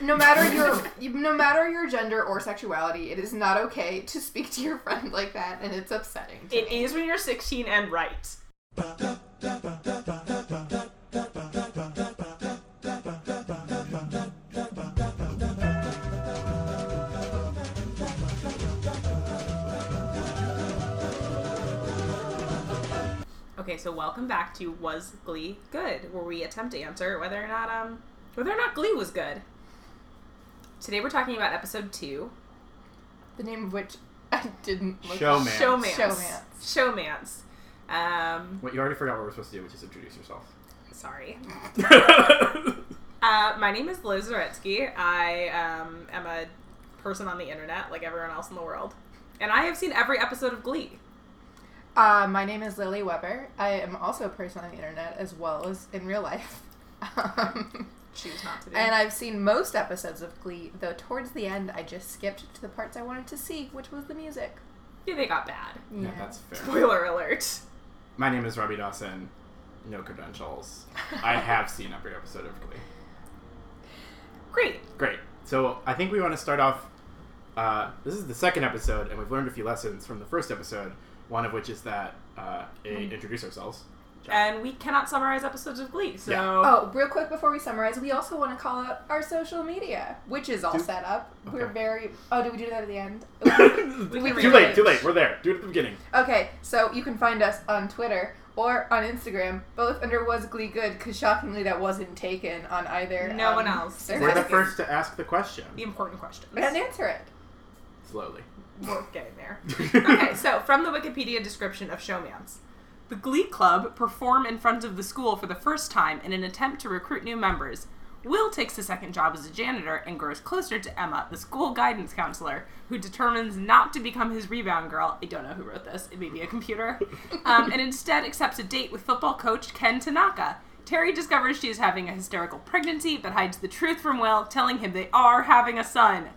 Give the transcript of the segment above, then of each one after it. no matter your no matter your gender or sexuality, it is not okay to speak to your friend like that, and it's upsetting. to It me. is when you're 16 and right. Okay, so welcome back to Was Glee Good, where we attempt to answer whether or not um whether or not Glee was good. Today we're talking about episode two, the name of which I didn't look. Showman. Showmance. Showmance. Um, Wait, you already forgot what we're supposed to do, which is introduce yourself. sorry. Uh, my name is Liz Zaretsky. I um, am a person on the internet, like everyone else in the world, and I have seen every episode of Glee. Uh, my name is Lily Weber. I am also a person on the internet as well as in real life. Um, Choose not to do. and I've seen most episodes of Glee, though towards the end I just skipped to the parts I wanted to see, which was the music. yeah, they got bad. Yeah, that's fair. Spoiler alert. My name is Robbie Dawson. No credentials. I have seen every episode of Glee. Great. Great. So I think we want to start off. Uh, this is the second episode, and we've learned a few lessons from the first episode. One of which is that uh, eh, introduce ourselves. And we cannot summarize episodes of Glee, so Yeah. Oh, real quick before we summarize, we also want to call out our social media, which is all Do- set up. We're Okay. very. Oh, did we do that at the end? too can rearrange. late. Too late. We're there. Do it at the beginning. okay, so you can find us on Twitter or on Instagram, both under Was Glee Good, because shockingly that wasn't taken on either. No um, one else. service. We're the first to ask the question the important questions. And answer it. slowly. We're getting there. Okay, so from the Wikipedia description of Showmance, the Glee Club perform in front of the school for the first time in an attempt to recruit new members. Will takes a second job as a janitor and grows closer to Emma, the school guidance counselor, who determines not to become his rebound girl. I don't know who wrote this, it may be a computer. Um, and instead accepts a date with football coach Ken Tanaka. Terry discovers she is having a hysterical pregnancy but hides the truth from Will, telling him they are having a son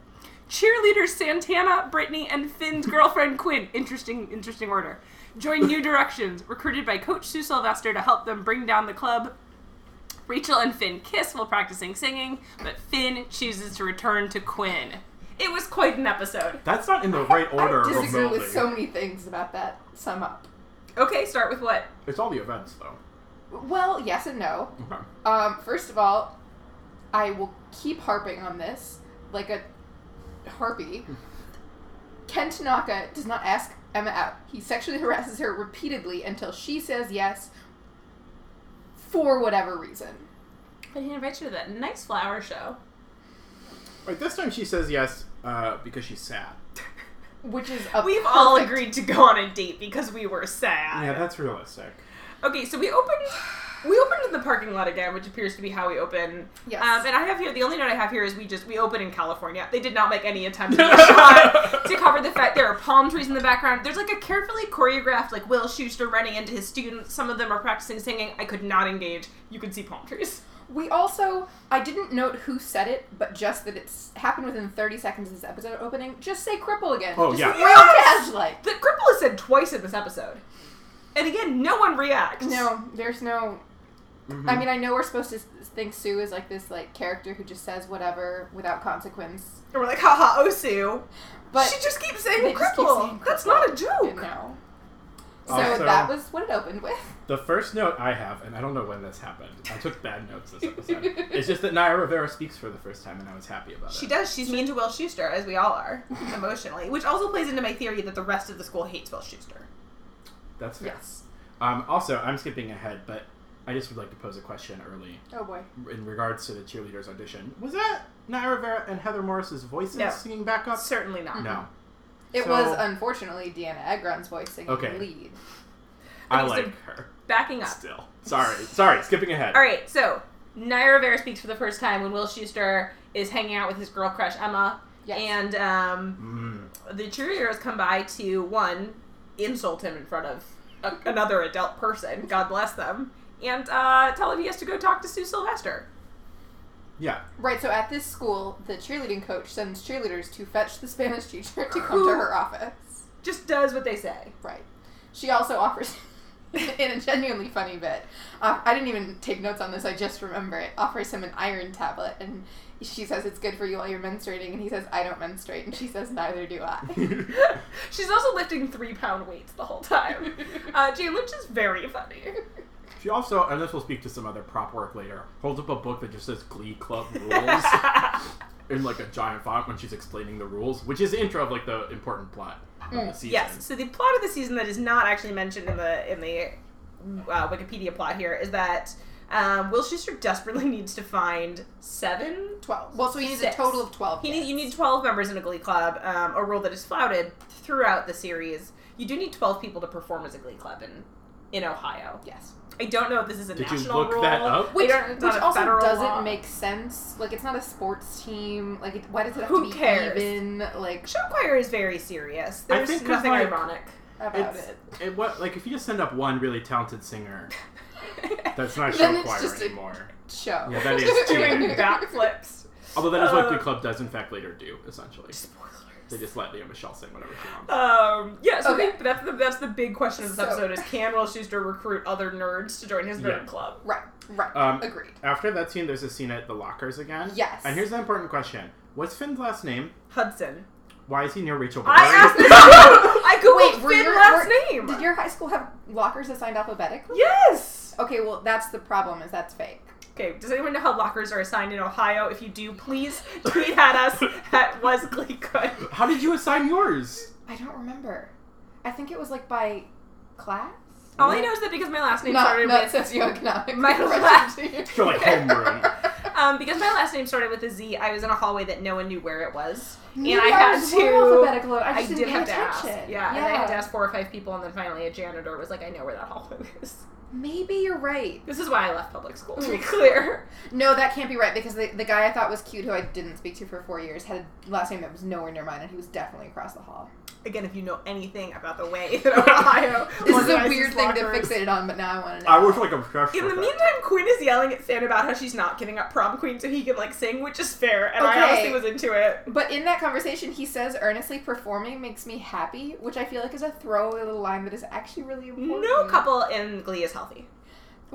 cheerleaders Santana, Brittany, and Finn's girlfriend Quinn. Interesting, interesting order. Join New Directions, recruited by Coach Sue Sylvester to help them bring down the club. Rachel and Finn kiss while practicing singing, but Finn chooses to return to Quinn. It was quite an episode. That's not in the right order. I disagree remotely. with so many things about that sum up. Okay, start with what? It's all the events, though. Well, yes and no. Okay. Um, first of all, I will keep harping on this like a harpy. Ken Tanaka does not ask Emma out. He sexually harasses her repeatedly until she says yes for whatever reason. But he invites you to that nice flower show. Right, this time she says yes uh, because she's sad. Which is a We've all perfect- agreed to go on a date because we were sad. Yeah, that's realistic. Okay, so we opened we opened in the parking lot again, which appears to be how we open. Yes. Um, and I have here the only note I have here is we just we open in California. They did not make any attempt to, try to cover the fact there are palm trees in the background. There's like a carefully choreographed like Will Schuster running into his students. Some of them are practicing singing. I could not engage. You could see palm trees. We also I didn't note who said it, but just that it's happened within 30 seconds of this episode opening. Just say cripple again. Oh, just yeah. Real cash like. The cripple is said twice in this episode, and again, no one reacts. No, there's no. Mm-hmm. I Hmm. mean, I know we're supposed to s- think Sue is like this like character who just says whatever without consequence, and we're like, haha, oh Sue. but she just keeps they saying just keep cripple. saying That's cripple. not a joke. no. So Also- that was what it opened with. The first note I have, and I don't know when this happened, I took bad notes this episode. it's just that Naya Rivera speaks for the first time, and I was happy about She it. does. She's mean to Will Schuster, as we all are, emotionally, which also plays into my theory that the rest of the school hates Will Schuster. That's fair. Yes. Um, also, I'm skipping ahead, but I just would like to pose a question early Oh boy. in regards to the cheerleaders audition. Was that Naya Rivera and Heather Morris's voices No. singing back up? Oh, Certainly not. No. It So- was unfortunately Deanna Egron's voice singing Okay. lead. I Okay, so- like her Backing up. still. Sorry, sorry, skipping ahead. All right, so Naya Rivera speaks for the first time when Will Schuster is hanging out with his girl crush Emma, Yes. and um, Mm. the cheerleaders come by to one insult him in front of a, another adult person. God bless them, and uh, tell him he has to go talk to Sue Sylvester. Yeah. Right. So at this school, the cheerleading coach sends cheerleaders to fetch the Spanish teacher to come to her office. Just does what they say. Right. She also offers in a genuinely funny bit. Uh, I didn't even take notes on this. I just remember it. Offers him an iron tablet, and she says it's good for you while you're menstruating, and he says I don't menstruate, and she says neither do I. She's also lifting three pound weights the whole time. Uh, Jane Lynch is very funny. She also, and this will speak to some other prop work later, holds up a book that just says Glee Club Rules in like a giant font when she's explaining the rules, which is the intro of like the important plot of Mm, the season. yes. So the plot of the season that is not actually mentioned in the in the uh, Wikipedia plot here is that um, Will Schuster desperately needs to find seven. Twelve. Well, so he needs Six. a total of twelve. He kids. need, you need twelve members in a Glee club, um, a rule that is flouted throughout the series. You do need twelve people to perform as a Glee club in in Ohio. yes. I don't know if this is a Did you national look rule. that up? I Which, don't- it's which not a also federal doesn't law. make sense. Like it's not a sports team. Like it, why does it have Who to be cares? even? Like Show choir is very serious. I There's think 'cause, nothing like, ironic. about It's, it. it what like if you just send up one really talented singer, that's not Then show it's choir just a- anymore. Show. Yeah, that is Doing backflips. Although that is what Uh, Glee Club does in fact later do essentially. They Spoilers. just let Leah Michelle sing whatever she wants. Um, yeah, so I Okay. think that's the, that's the big question of this So- episode is can Will Schuster recruit other nerds to join his nerd Yeah. club? Right. Right. Um, Agreed. After that scene, there's a scene at the lockers again. Yes. And here's an important question: What's Finn's last name? Hudson. Why is he near Rachel? I Berry? asked this too! I googled Wait, were Finn your- last were- name! Did your high school have lockers assigned alphabetically? yes! Okay, well that's the problem. Is that's fake. Okay, does anyone know how lockers are assigned in Ohio? If you do, please tweet at us at was Glee good. How did you assign yours? I don't remember. I think it was like by class. All I know is that because my last name Not, started not with socioeconomic. My representation. You're like homeroom. um, because my last name started with a Z, I was in a hallway that no one knew where it was. And Maybe I had was to more alphabetical. I, I just did didn't have to pay ask. attention. Yeah, And I had to ask four or five people, and then finally a janitor was like, I know where that hallway is. Maybe you're right. This is why I left public school, to be Ooh. clear. No, that can't be right because the, the guy I thought was cute, who I didn't speak to for four years, had a last name that was nowhere near mine, and he was definitely across the hall. Again, if you know anything about the way that Ohio This is a organizes weird thing to lockers. fixated on, but now I want to know. I was like obsessed. In the with it. meantime, Quinn is yelling at Finn about how she's not giving up prom queen so he can like sing, which is fair, and I Okay. honestly was into it. But in that conversation, he says, earnestly performing makes me happy, which I feel like is a throwaway little line that is actually really important. No couple in Glee is healthy.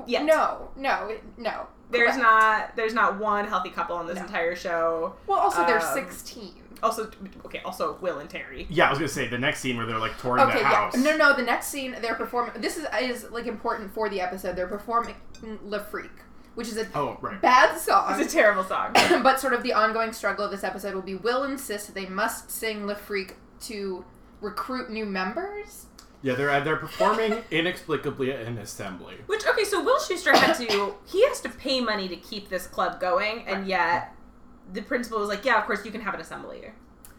yet. No, no, it- no. There's Correct. not there's not one healthy couple in this No. entire show. Well, also, they're um, 16. Also, okay, also Will and Terry. Yeah, I was gonna say the next scene where they're like touring Okay, the yeah. house. No, no, the next scene, they're performing. This is, is like important for the episode. They're performing Le Freak, which is a Oh right. bad song. It's a terrible song. but sort of the ongoing struggle of this episode will be Will insists that they must sing Le Freak to recruit new members. Yeah, they're uh, they're performing inexplicably at an assembly. Which okay, so Will Schuster had to he has to pay money to keep this club going, and yet the principal was like, "Yeah, of course you can have an assembly.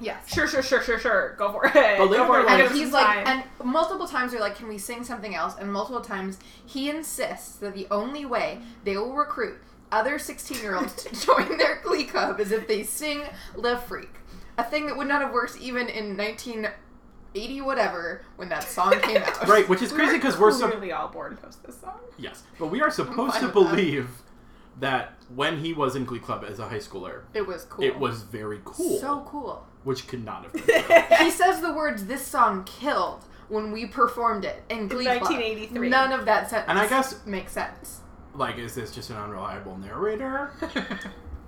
Yes. Sure, sure, sure, sure, sure. Go for it. But later Go for it. they're And I know Like, he's it's like, fine." and multiple times they're like, can we sing something else? And multiple times he insists that the only way they will recruit other 16 year olds to join their glee club is if they sing Le Freak, a thing that would not have worked even in 1980 whatever when that song came out. Right, which is We crazy were because we're so clearly all bored post this song. yes, but we are supposed fine to with that. believe that. when he was in Glee Club as a high schooler, It was cool. it was very cool, so cool. which could not have been. true. he says the words "this song killed" when we performed it in Glee Club. 1983. None of that sentence. And I guess- makes sense. like, is this just an unreliable narrator?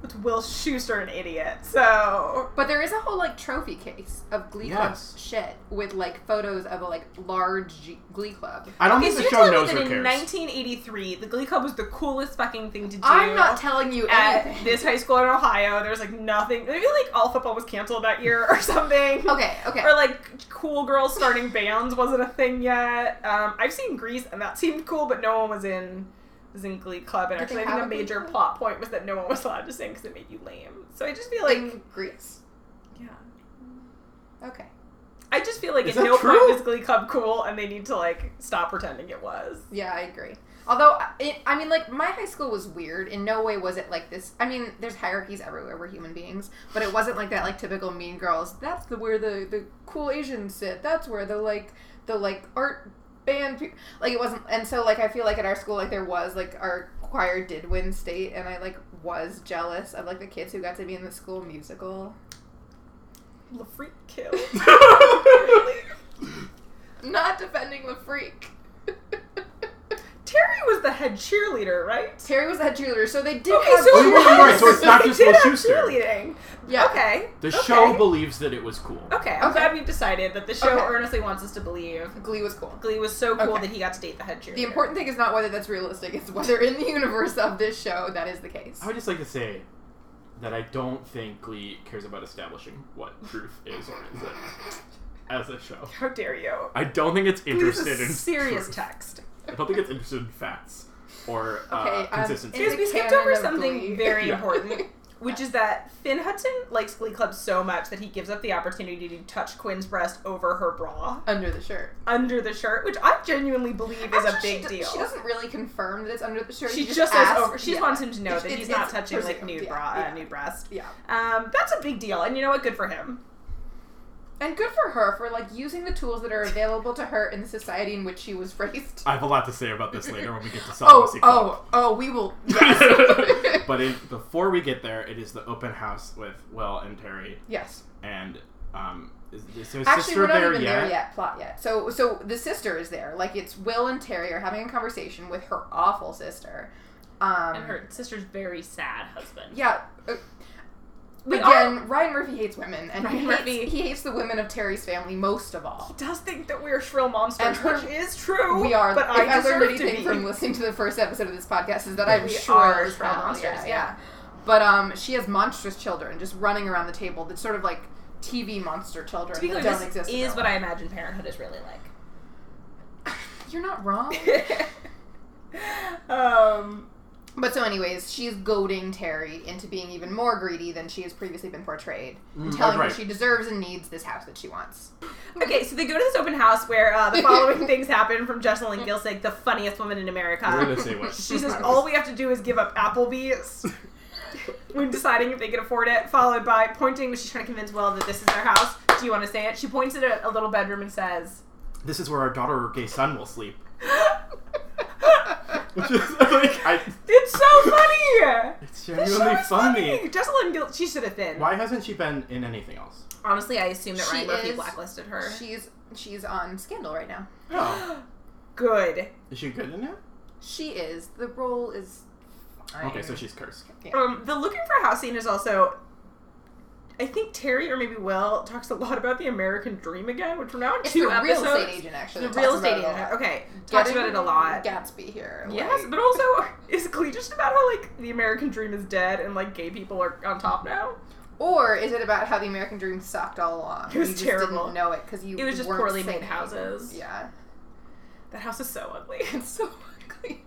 It's Will Schuster an idiot? So But there is a whole like trophy case of Glee Yes. Club shit with like photos of a like large G- Glee Club. I don't okay, think so the you're telling show me knows that who in cares. 1983, the Glee Club was the coolest fucking thing to do. I'm not telling you at anything. this high school in Ohio. There's like nothing. Maybe like all football was canceled that year or something. Okay, okay. Or like cool girls starting bands wasn't a thing yet. Um, I've seen Grease and that seemed cool, but no one was in was in Glee Club. Did And they actually, I have think the a Glee major Club? plot point was that no one was allowed to sing because it made you lame. So I just feel like, Like Greece. yeah, Okay. I just feel like Is at that no true? point was Glee Club cool, and they need to like stop pretending it was. Yeah, I agree. Although, I- it, I mean, like, my high school was weird. In no way was it like this. I mean, there's hierarchies everywhere. We're human beings. But it wasn't like that, like, typical mean girls. That's the where the, the cool Asians sit. That's where the, like, the, like, art band. Pe- like, it wasn't. And so, like, I feel like at our school, like, there was, like, our choir did win state. And I, like, was jealous of, like, the kids who got to be in the school musical. The freak kill. Not defending the freak. Terry was the head cheerleader, right? Terry was the head cheerleader, so they did Okay, have so Oh, she you're right, was. you're right, so it's not They just did Will have Schuester. cheerleading. Yeah. Okay. The okay. show believes that it was cool. Okay, I'm Okay. glad we've decided that the show Okay. earnestly wants us to believe Glee was cool. Glee was so cool Okay. that he got to date the head cheerleader. The important thing is not whether that's realistic, it's whether in the universe of this show that is the case. I would just like to say that I don't think Glee cares about establishing what truth is or isn't as a show. How dare you? I don't think it's Glee's interested a in serious truth. text. I don't think it's interested in facts or uh, Okay, um, consistency. in Because the we skipped canon over of something Glee. very Yeah. important, which is that Finn Hudson likes Glee Club so much that he gives up the opportunity to touch Quinn's breast over her bra under the shirt. under the shirt, which I genuinely believe is a Actually, big she, d- deal. She doesn't really confirm that it's under the shirt. She just, just, says "Oh, asks- over. She yeah. just wants him to know It's- that it's- he's not it's touching like presumed, nude yeah, bra, yeah. uh, nude breast. Yeah. Um, that's a big deal, and you know what? Good for him. And good for her for like using the tools that are available to her in the society in which she was raised. I have a lot to say about this later when we get to Oh, Solvency Club. oh, oh, we will. Yes. but in, before we get there, it is the open house with Will and Terry, yes. and um, is, is their Actually, sister we're not there, even yet? there yet. Plot yet. So, so the sister is there. Like it's Will and Terry are having a conversation with her awful sister. Um, and her sister's very sad husband. Yeah. uh, We Again, Ryan Murphy hates women, and he Ryan hates, Murphy. he hates the women of Terry's family most of all. He does think that we're shrill monsters, And her- which is true. We are. if But I, I, deserve learned anything to be. from listening to the first episode of this podcast is that I'm We sure are it's trial probably- monsters, yeah. But um, she has monstrous children just running around the table. That's sort of like TV monster children to be that clear, don't this exist. in is real what I life. imagine parenthood is really like. You're not wrong. um, but so, anyways, she's goading Terry into being even more greedy than she has previously been portrayed, and Mm, telling right. her she deserves and needs this house that she wants. okay, so they go to this open house where uh, the following things happen from Jessalyn Gilsig, the funniest woman in We're America. gonna say what She says, All we have to do is give up Applebee's when deciding if they can afford it, followed by pointing, she's trying to convince Will that this is their house. Do you want to say it? She points at a, a little bedroom and says, this is where our daughter or gay son will sleep. Which is like, I, It's so funny! it's This genuinely show is funny. Jessalyn Gil, she should have been. Why hasn't she been in anything else? Honestly, I assume that She Ryan Murphy is- blacklisted her. She's she's on Scandal right now. Oh. No. Good. Is she good in it? She is. The role is. fine. Okay, so she's cursed. Um, the looking for a house scene is also. I think Terry or maybe Will talks a lot about the American dream again, which we're now in It's two the episodes. real estate agent actually. The that real talks about estate it a lot. agent. Okay, talks about Getting it a lot. Gatsby here. like- Yes, but also is Glee just about how like the American dream is dead and like gay people are on top now? or is it about how the American dream sucked all along? It was you just terrible. Didn't know it because you. It was just weren't poorly made singing. houses. Yeah, That house is so ugly. it's so ugly.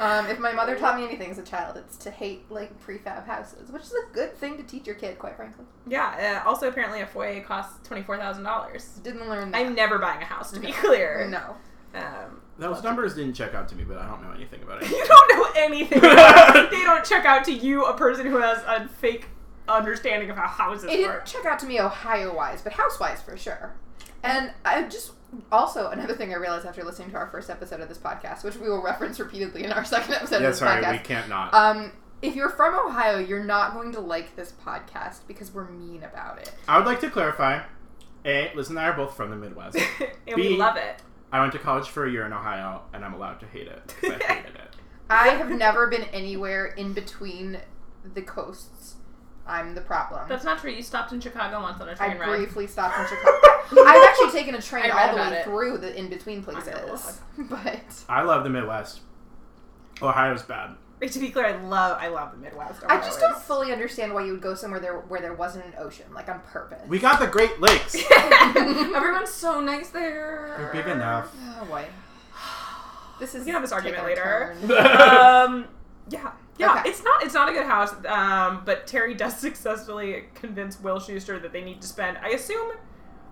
Um, if my mother taught me anything as a child, it's to hate like prefab houses, which is a good thing to teach your kid. Quite frankly, yeah. Uh, also, apparently, a foyer costs twenty four thousand dollars. didn't learn that. I'm never buying a house to be clear. no. Um, Those numbers didn't check out to me, but I don't know anything about it. You don't know anything. about it. they don't check out to you, a person who has a fake understanding of how houses It didn't work. check out to me Ohio wise, but house wise for sure. And I just also another thing I realized after listening to our first episode of this podcast, which we will reference repeatedly in our second episode yeah, of this sorry, we podcast. can't not. Um, if you're from Ohio, you're not going to like this podcast because we're mean about it. I would like to clarify. A, Liz and I are both from the Midwest. and we Being- love it. I went to college for a year in Ohio, and I'm allowed to hate it 'cause I hated it. I have never been anywhere in between the coasts. I'm the problem. That's not true. You stopped in Chicago once on a I train ride. briefly stopped in Chicago. I've actually taken a train I read all the about way it. through the in between know. places, but. I love the Midwest. Ohio's bad. Wait, to be clear, I love I love the Midwest. I just don't Always. fully understand why you would go somewhere there where there wasn't an ocean, like on purpose. We got the Great Lakes. Everyone's so nice there. They're big enough. oh boy. This is We can have this taking argument a later. turn. um, yeah, yeah. Okay. It's not it's not a good house. Um, but Terry does successfully convince Will Schuster that they need to spend. I assume.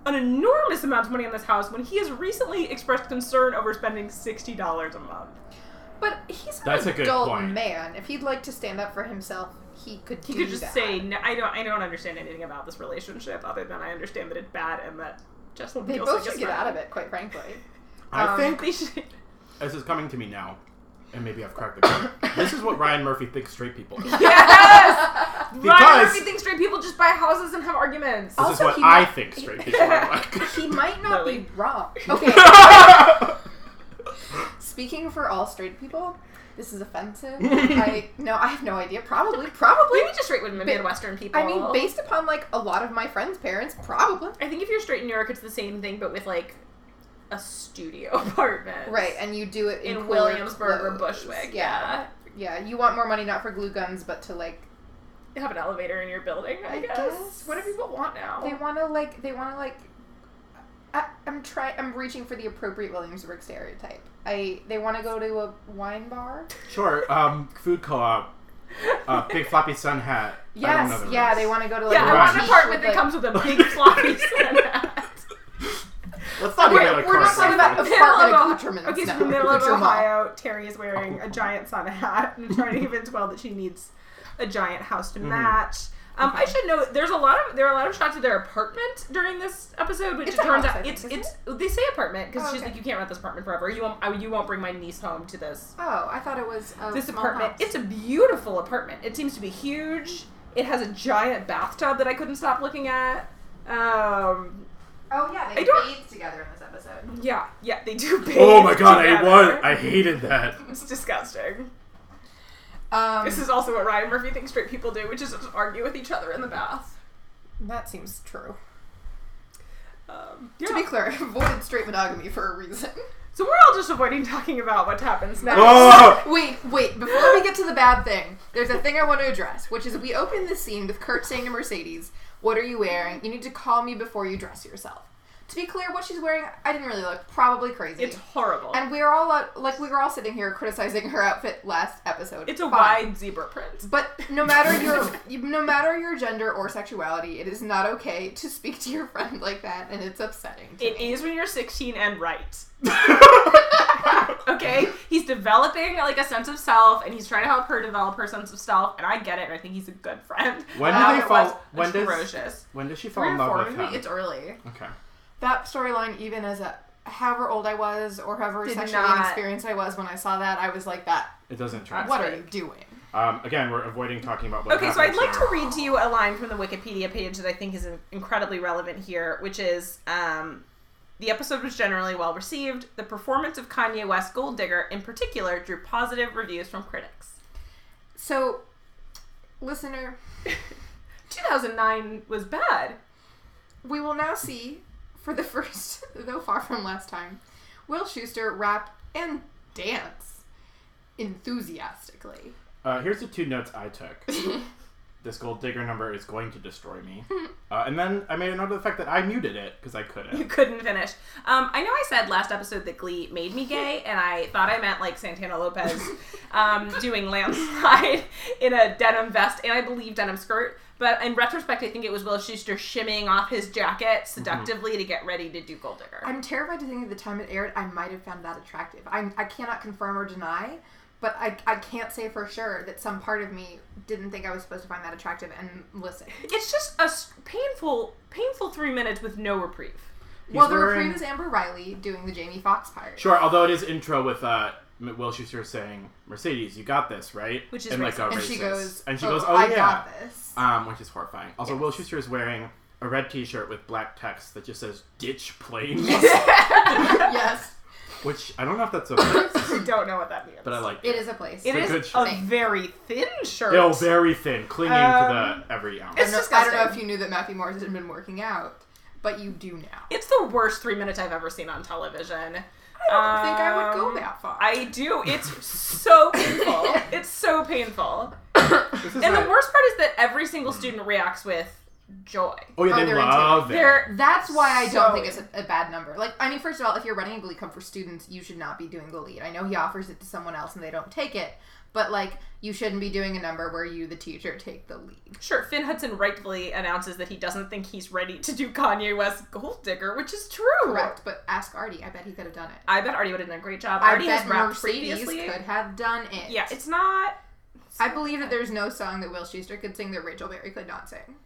An enormous amount of money on this house when he has recently expressed concern over spending sixty dollars a month. But he's an That's a good adult point. man. If he'd like to stand up for himself, he could. He do could just that. say, no, "I don't, I don't understand anything about this relationship, other than I understand that it's bad and that Jessalyn They Gilsig both is should get bad." out of it, quite frankly. I Um, think They should. this is coming to me now, and maybe I've cracked the code. this is what Ryan Murphy thinks straight people are. Yes. Ryan Because- Murphy thinks straight people just buy houses and have arguments. This Also, is what he I might- think straight people are like. He might not Lily. be wrong. Okay. Speaking for all straight people, this is offensive. I no, I have no idea. Probably, probably. Maybe just straight with Midwestern people. I mean, based upon like a lot of my friends' parents, probably. I think if you're straight in New York, it's the same thing, but with like a studio apartment, Right, and you do it in, In, cooler Williamsburg or clothes. Bushwick, Yeah. yeah. yeah, You want more money not for glue guns, but to like You Have an elevator in your building, I, I guess. guess. What do people want now? they want to like they want to like. I, I'm trying. I'm reaching for the appropriate Williamsburg stereotype. I they want to go to a wine bar. Sure. Um, food co-op. Uh, big floppy sun hat. I don't know Yes, the yeah, rest. they want to go to like yeah, I a want an beach apartment that with, like- comes with a big floppy sun hat. Let's not Wait, even get a we're not car talking about reference. Middle of apartment Ohio- accoutrements. Okay, so now. the middle of Accoutrement. Ohio, Terry is wearing a giant sun hat and trying to convince Will that she needs a giant house Mm-hmm. to match. Um, I should note there's a lot of there are a lot of shots of their apartment during this episode, which It's it a turns house, I out think, it's isn't it's they say apartment because Oh, she's okay. like you can't rent this apartment forever. You won't I, you won't bring my niece home to this Oh, I thought it was a this small apartment. house. It's a beautiful apartment. It seems to be huge. It has a giant bathtub that I couldn't stop looking at. Um, oh yeah, I don't- bathe together in this episode. yeah, yeah, they do. bathe Oh my god! I together. won. I hated that. It's disgusting. Um, This is also what Ryan Murphy thinks straight people do, which is just argue with each other in the bath. that seems true. Um, To be clear, I avoided straight monogamy for a reason. so we're all just avoiding talking about what happens next. Oh! Wait, wait, before we get to the bad thing, there's a thing I want to address, which is we open this scene with Kurt saying to Mercedes, What are you wearing? You need to call me before you dress yourself. To be clear, what she's wearing, I didn't really look. Probably crazy. It's horrible. and we're all uh, like we were all sitting here criticizing her outfit last episode. It's a Fine. wide zebra print. But no matter your no matter your gender or sexuality, it is not okay to speak to your friend like that, and it's upsetting. To It me. is when you're 16 and right. okay? He's developing like a sense of self and he's trying to help her develop her sense of self and I get it and I think he's a good friend. When Um, do they it was fall? When does? atrocious. When does she fall Three in or love four, with maybe? him? It's early. Okay. that storyline, even as a however old I was or however Did sexually not- inexperienced I was when I saw that, I was like, "That It doesn't track. what fake. are you doing?" Um, again, we're avoiding talking about what Okay, so I'd happens like to here. read to you a line from the Wikipedia page that I think is incredibly relevant here, which is um, the episode was generally well received. The performance of Kanye West Gold Digger in particular drew positive reviews from critics. So, listener, 2009 was bad. we will now see for the first, though far from last time, Will Schuster rap and dance enthusiastically. Uh, here's the two notes I took. this gold digger number is going to destroy me. uh, and then I made a note of the fact that I muted it because I You couldn't. couldn't finish. Um, I know I said last episode that Glee made me gay, and I thought I meant like Santana Lopez um, doing landslide in a denim vest, and I believe denim skirt. But in retrospect, I think it was Will Schuster shimmying off his jacket seductively Mm-hmm. to get ready to do Gold Digger. I'm terrified to think of the time it aired, I might have found that attractive. I, I cannot confirm or deny, but I, I can't say for sure that some part of me didn't think I was supposed to find that attractive and listen. it's just a s- painful, painful three minutes with no reprieve. He's well, the wearing- reprieve is Amber Riley doing the Jamie Foxx part. Sure, although it is intro with uh, M- Will Schuster saying, Mercedes, you got this, right? Which is and, like, racist. a And she racist. goes, and she goes, oh, I yeah. got this. Um, which is horrifying. Also, Will Schuster is wearing a red T-shirt with black text that just says "ditch planes," yes, which I don't know if that's a place, I don't know what that means, but I like it is a place. It a is good a shirt. very thin shirt. Still very thin, clinging to Um, the every ounce. I don't, It's know, I don't know disgusting. if you knew that Matthew Morris had been working out, but you do now. It's the worst three minutes I've ever seen on television. I think I would go Um, that far. I do. It's so painful. it's so painful. This is And the not- worst part is that every single student reacts with joy. Oh yeah, Oh, they they're love it. They're That's why I don't So- think it's a, a bad number. Like, I mean, first of all, if you're running a Glee Club for students, you should not be doing the lead. I know he offers it to someone else and they don't take it, but like, you shouldn't be doing a number where you, the teacher, take the lead. sure Finn Hudson rightfully announces that he doesn't think he's ready to do Kanye West Gold Digger, which is true. Correct, but ask Artie. I bet he could have done it. I bet Artie would have done a great job. I Uh, Artie bet has rapped Mercedes previously. could have done it. Yeah, it's not. I believe that there's no song that Will Schuster could sing that Rachel Berry could not sing.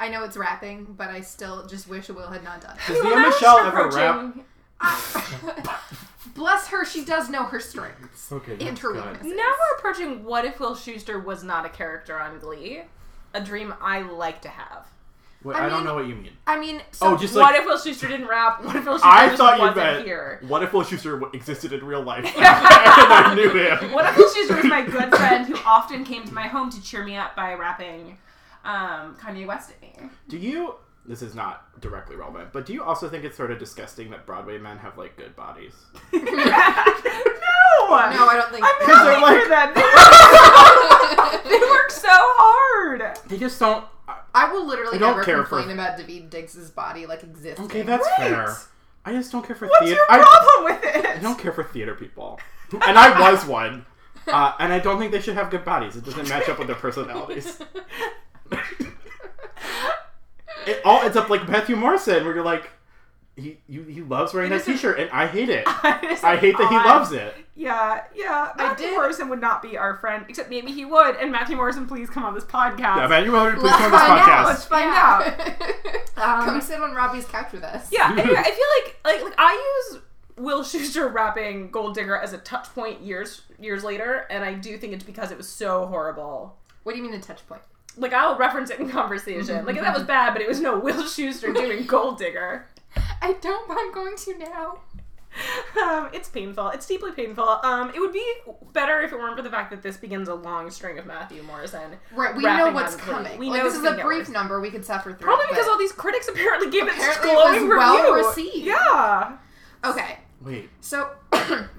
I know it's rapping, but I still just wish Will had not done it. Does Well, Leah now Michelle she's ever rap? approaching- I- Bless her, she does know her strengths Okay, and that's her good. weaknesses. Now we're approaching what if Will Schuster was not a character on Glee? A dream I like to have. Wait, I I, don't mean- know what you mean. I mean, so Oh, just what like if Will Schuster didn't rap? What if Will Schuster I just thought you wasn't meant. here? What if Will Schuster w- existed in real life? and I knew him. What if Will Schuster was my good friend who often came to my home to cheer me up by rapping um, Kanye West at me? Do you? This is not directly relevant, but do you also think it's sort of disgusting that Broadway men have like good bodies? no! No, no, I don't think. I'm Because they're happy like... for like- them. They work, they work so hard. They just don't. I- I will literally I don't never care for- complain about David Diggs's body like existing. Okay, that's Right. fair. I just don't care for What's theater. your I- problem with it? I don't care for theater people, and I was one. Uh, and I don't think they should have good bodies. It doesn't match up with their personalities. it all ends up like Matthew Morrison, where you're like, he you, he loves wearing It that is a- T-shirt, and I hate it. It's I hate that he odd. loves it. Yeah, yeah. Matthew did- Morrison would not be our friend, except maybe he would. And Matthew Morrison, please come on this podcast. Yeah, Matthew Morrison, please Let's come on this find out. podcast. Let's find out. out. Come sit on Robbie's couch with us. Um, Yeah, anyway, I feel like like like I use Will Schuster rapping Gold Digger as a touch point years years later, and I do think it's because it was so horrible. What do you mean a touch point? Like I'll reference it in conversation. Like that was bad, but it was no Will Schuster doing Gold Digger. I don't, but I'm going to now. Um, it's painful. It's deeply painful. Um, it would be better if it weren't for the fact that this begins a long string of Matthew Morrison. Right, we rapping know what's on Glee. coming. We Like, know this it's is gonna a get brief worse. number we could suffer through. Probably because but- all these critics apparently gave it this Apparently it was glowing well review. received. Yeah. Okay, Wait, so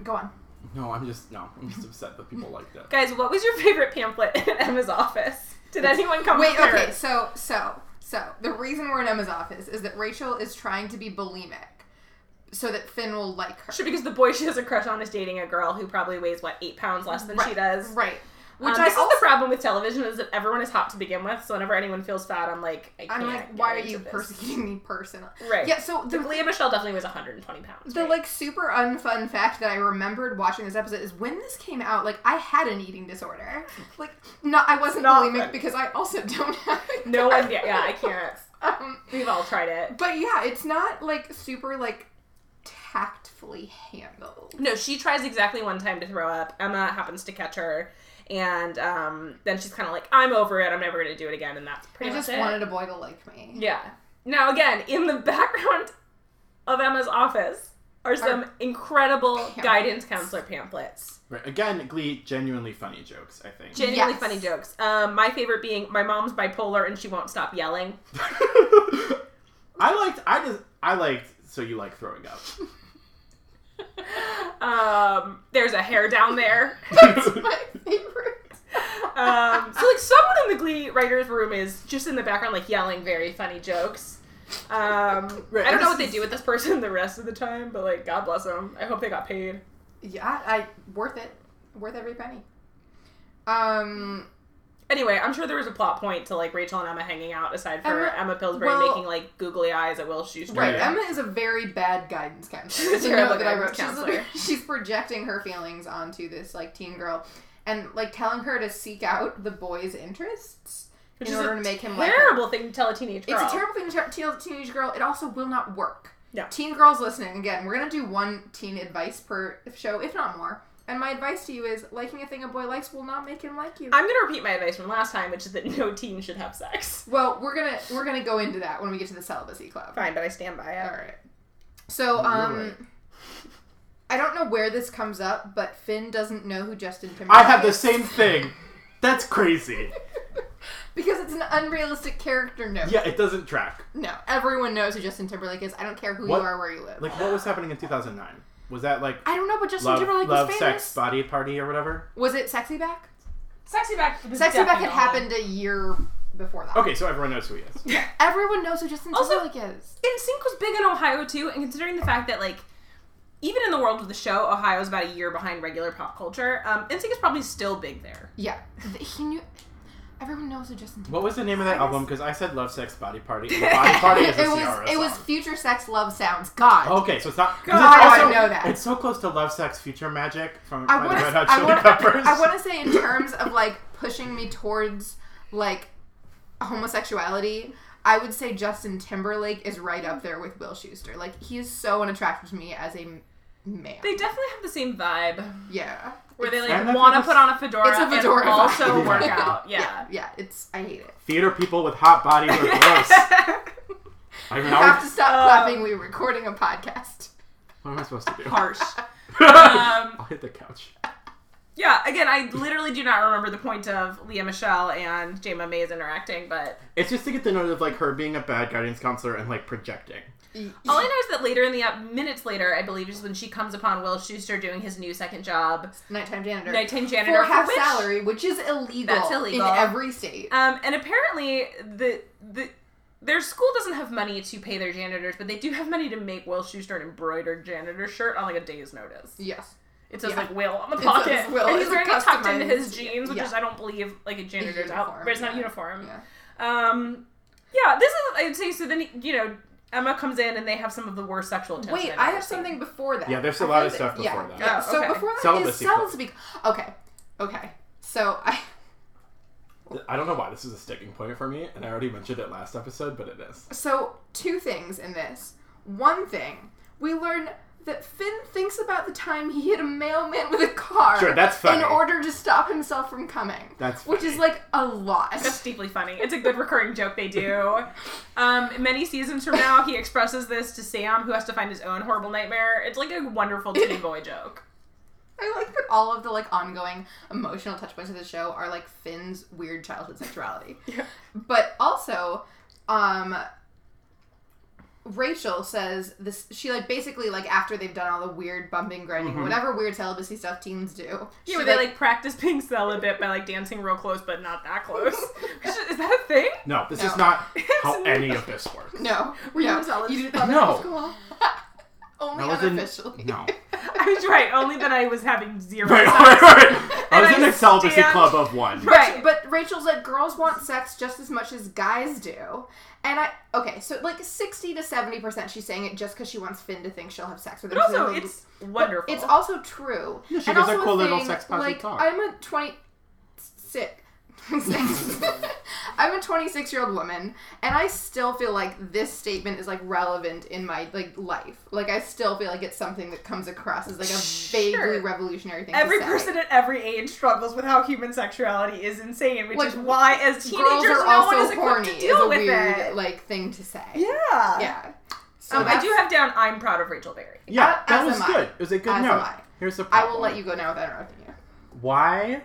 go on. no, I'm just no, I'm just upset that people like that. Guys, what was your favorite pamphlet in Emma's office? Did anyone come Wait, prepared? okay, so so so the reason we're in Emma's office is that Rachel is trying to be bulimic so that Finn will like her. Sure, because the boy she has a crush on is dating a girl who probably weighs what eight pounds less than she does. Right. Which Which um, I this is also the problem with television is that everyone is hot to begin with. So whenever anyone feels fat, I'm like, I can't I'm like, get why are into you this. persecuting me personally? Right. Yeah, so The the Leah Michelle definitely weighs 120 pounds. the right? like super unfun fact that I remembered watching this episode is when this came out, like I had an eating disorder. Like no I wasn't not bulimic funny. because I also don't have it. no one, yeah, yeah, I can't. Um, We've all tried it. but yeah, it's not like super like tactfully handled. No, she tries exactly one time to throw up. Emma happens to catch her, and um, then she's kind of like, "I'm over it. I'm never going to do it again." And that's I pretty much just it. wanted a boy to like me. Yeah. Now, again, in the background of Emma's office are some incredible Pamphlets. guidance counselor pamphlets. Right, again, Glee genuinely funny jokes. I think. Genuinely Yes. funny jokes. Um, my favorite being my mom's bipolar and she won't stop yelling. I liked. I just. I liked. So you like throwing up. Um, there's a hair down there. That's my favorite. Um, so like someone in the Glee writers' room is just in the background like yelling very funny jokes. Um, Right, I don't and know this what they is- do with this person the rest of the time, but like God bless them. I hope they got paid. Yeah, I worth it. Worth every penny. Um Anyway, I'm sure there was a plot point to like Rachel and Emma hanging out, aside for Emma- Emma, Pillsbury well- making like googly eyes at Will Schuster. Right, Yeah. Emma is a very bad guidance counselor. She's a You know terrible that I guidance wrote. She's counselor. literally- She's, projecting her feelings onto this like teen girl, and like telling her to seek out the boy's interests Which in is order a to make him like. her. Terrible thing to tell a teenage girl. It's a terrible thing to tell- tell a teenage girl. It also will not work. No. Teen girls listening again. We're gonna do one teen advice per show, if not more. And my advice to you is liking a thing a boy likes will not make him like you. I'm gonna repeat my advice from last time, which is that no teen should have sex. well, we're gonna we're gonna go into that when we get to the celibacy club. Fine, but I stand by it. All right. So, um, right. I don't know where this comes up, but Finn doesn't know who Justin Timberlake. I have the is same thing. That's crazy. because it's an unrealistic character note. Yeah, it doesn't track. No, everyone knows who Justin Timberlake is. I don't care who What? you are, where you live. Like, what was happening in 2009? Was that like I don't know, but Justin love, Timberlake love, was famous. sex, body party, or whatever? was it Sexy Back? Sexy back. was Sexy Back definitely had on. happened a year before that. Okay, so everyone knows who he is. Everyone knows who Justin Also- Timberlake is. NSYNC was big in Ohio too, and considering the fact that like even in the world of the show, Ohio's about a year behind regular pop culture. Um, NSYNC is probably still big there. Yeah, Th- he knew. Everyone knows who Justin Timberlake. What was the name of I that guess- album? Because I said love, sex, body party. And the body party is a it Ciara was it was song. future sex love sounds. God. Okay, so it's not. 'cause God, it's I also, know that. It's so close to Love, Sex, Future Magic from I by want the Red Hot to. Chili I want. Peppers. I want to say in terms of like pushing me towards like homosexuality. I would say Justin Timberlake is right up there with Will Schuster. Like he is so unattractive to me as a man. They definitely have the same vibe yeah. where they It's- like And that's want to what put on a fedora, It's a fedora and vibe. also Yeah. work out. Yeah. yeah. It's I hate it. Theater people with hot bodies are gross. I mean, You have to how, stop Um, clapping. We're recording a podcast. what am I supposed to do? Harsh. I'll hit the couch. Um, Um, Yeah, again, I literally do not remember the point of Leah Michelle and Jema Mays interacting, but It's just to get the note of like her being a bad guidance counselor and like projecting. all I know is that later in the ep- minutes later, I believe, is when she comes upon Will Schuster doing his new second job, Nighttime janitor. nighttime for janitor half which- salary, which is illegal. That's illegal. in every state. Um, and apparently, the the their school doesn't have money to pay their janitors, but they do have money to make Will Schuster an embroidered janitor shirt on like a day's notice. yes. It says Yeah. like Will on the It pocket, says Will. and he's It's a wearing it tucked into customized- his jeans, which yeah. is I don't believe like a janitor's uniform, out, but it's not yeah. a uniform. Yeah. Um, yeah, this is I'd say so. Then you know Emma comes in and they have some of the worst sexual tension. Wait, I've I ever have seen. something before that. Yeah, there's a I lot heard of stuff that- before yeah, that. Yeah. Oh, So okay. before that is Celibacy clip. celibacy. Okay. Okay. So I I don't know why this is a sticking point for me, and I already mentioned it last episode, but it is. so two things in this. One thing, we learn that Finn thinks about the time he hit a mailman with a car Sure, that's funny. in order to stop himself from coming. That's which is like a lot. That's deeply funny. It's a good recurring joke they do. Um, many seasons from now, he expresses this to Sam, who has to find his own horrible nightmare. It's like a wonderful teen boy joke. I like that all of the like ongoing emotional touch points of the show are like Finn's weird childhood sexuality. Yeah. But also, um Rachel says this she like basically like after they've done all the weird bumping grinding Mhm. whatever weird celibacy stuff teens do. Yeah, she, where they like practice being celibate by like dancing real close but not that close. Which is, is that a thing? No, this No. is not how It's- any of this works. No. Were you no, in celibacy? You didn't bump No. in school. Only That was in- unofficially. No. I was right, only that I was having zero. Right, sex. right, right. I And was in I a celibacy stand- club of one. Right. But Rachel's like, girls want sex just as much as guys do. And I, okay, so like 60 to 70% she's saying it just because she wants Finn to think she'll have sex with But him. So, also, like, it's wonderful. It's also true. Yeah, she and gives a also cool little thing, sex positive Like, talk. I'm a 20, sick. I'm a 26 year old woman, and I still feel like this statement is like relevant in my like life. Like I still feel like it's something that comes across as like a Sure. vaguely revolutionary thing. to Every say. person at every age struggles with how human sexuality is insane, which Like, is why, as girls teenagers, are no also one is equipped horny to is a deal with weird it. like thing to say. yeah. Yeah. So Um, I that's- do have down. I'm proud of Rachel Berry. Yeah, As- that as was am I. good. It was a good As am note. I. Here's the I problem. will let you go now without interrupting you. Why?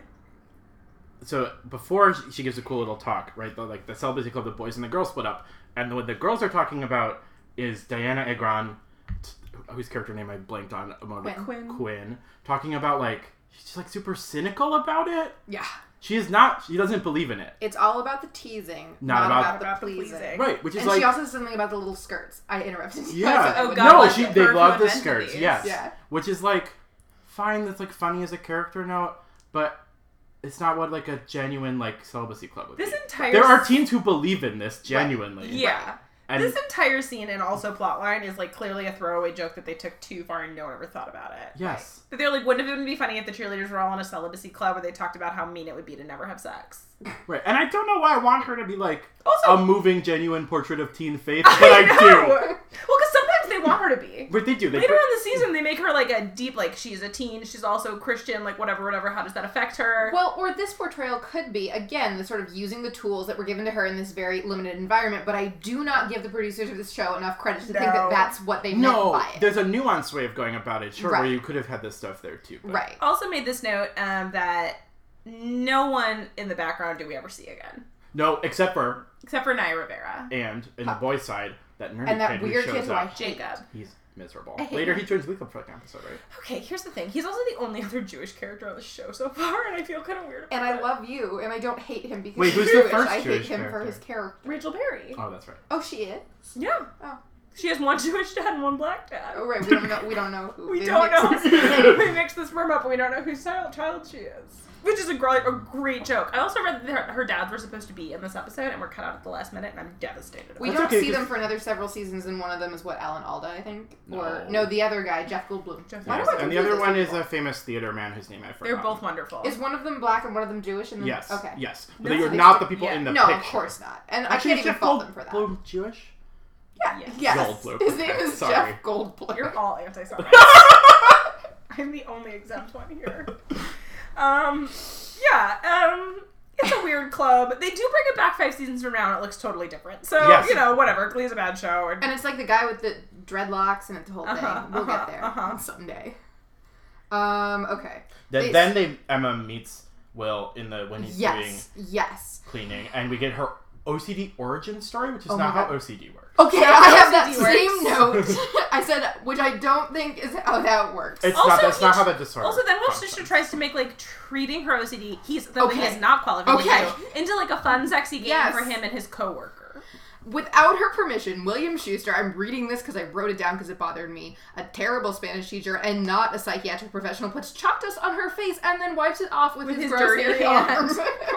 So before she gives a cool little talk, right? The, like the celibacy club, the boys and the girls split up, and what the girls are talking about is Diana Egron, t- whose character name I blanked on a moment. Quinn. Quinn talking about like she's just, like super cynical about it. Yeah. She is not. She doesn't believe in it. It's all about the teasing, Not not, about- about, About the pleasing. Right, which is And like she also said something about the little skirts. I interrupted you. Yeah. so I Oh, would God not no, bless let she you. it. they Bird love who the invented skirts. these. Yes, Yeah. which is like fine. That's like funny as a character note, but it's not what like a genuine like celibacy club would This be. entire There are teens who believe in this genuinely. yeah. and this entire scene and also plotline is like clearly a throwaway joke that they took too far and no one ever thought about it. yes, But they're like, wouldn't it be funny if the cheerleaders were all in a celibacy club where they talked about how mean it would be to never have sex? right. And I don't know why I want her to be like Also- a moving, genuine portrait of teen faith, but I, do. Well, because sometimes they want her to be. But they do. They Later put- in the season, they make her like a deep, like she's a teen, she's also Christian, like whatever, whatever. How does that affect her? Well, or this portrayal could be again the sort of using the tools that were given to her in this very limited environment. But I do not give the producers of this show enough credit to think that No. that's what they meant no, by it. there's a nuanced way of going about it. Sure, Right. where you could have had this stuff there too. but- Right. also made this note um, that no one in the background do we ever see again, No, except for except for Naya Rivera, and in the boys' side, that nerdy And that kid weird who kid shows who I up. hate. Jacob. He's miserable. I hate Later, him. he turns weak up for like an episode, right? Okay, here's the thing. He's also the only other Jewish character on the show so far, and I feel kind of weird. About And I it. love you, and I don't hate him because Wait, he's who's the Jewish. first I hate Jewish him for character? his character. Rachel Berry. Oh, that's right. Oh, she is. Yeah. Oh. She has one Jewish dad and one black dad. Oh, right. We don't know. We don't know who. We they don't mix know. we mixed this firm up, and we don't know whose child, child she is. Which is a, gr- a great joke. I also read that her, her dads were supposed to be in this episode, and were cut out at the last minute, and I'm devastated. About We That's don't okay, see them 'cause- for another several seasons, and one of them is what Alan Alda, I think, or No. no, the other guy, Jeff Goldblum. Jeff Why do Goldblum. I and the confuse other those one is people? a famous theater man whose name I forgot. They're both wonderful. Is one of them black and one of them Jewish? And then, Yes. Okay. Yes, but No, they are they not should- the people yeah. in the no, picture. of course not. And Actually, I can't even Jeff fault them for that. Goldblum Jewish. Yeah, Yeah, Yes. yes. Goldblum. His name is Sorry. Jeff Goldblum. You're all anti-Semites. I'm the only exempt one here. Um, yeah. Um, it's a weird club. They do bring it back five seasons from now, and it looks totally different. So Yes. you know, whatever. Glee's a bad show. Or, And it's like the guy with the dreadlocks and it's the whole Uh-huh, thing. We'll uh-huh, get there uh-huh. on someday. Um, okay. Then, They- then they Emma meets Will in the when he's doing Yes. Yes. cleaning, and we get her OCD origin story, which is Oh my not how God. OCD works. Okay, Yeah, I have that OCD same note. I said, which I don't think is how that works. It's Also, not. That's not he- how that disorder. also, then Will functions. Schuster tries to make like treating her OCD. He's the Okay. he is not qualified Okay. to do, into like a fun, sexy game Yes. for him and his coworker. Without her permission, William Schuster, I'm reading this because I wrote it down because it bothered me, a terrible Spanish teacher and not a psychiatric professional, puts choctus on her face and then wipes it off with, with his, his, gross dirty hairy hand. arm.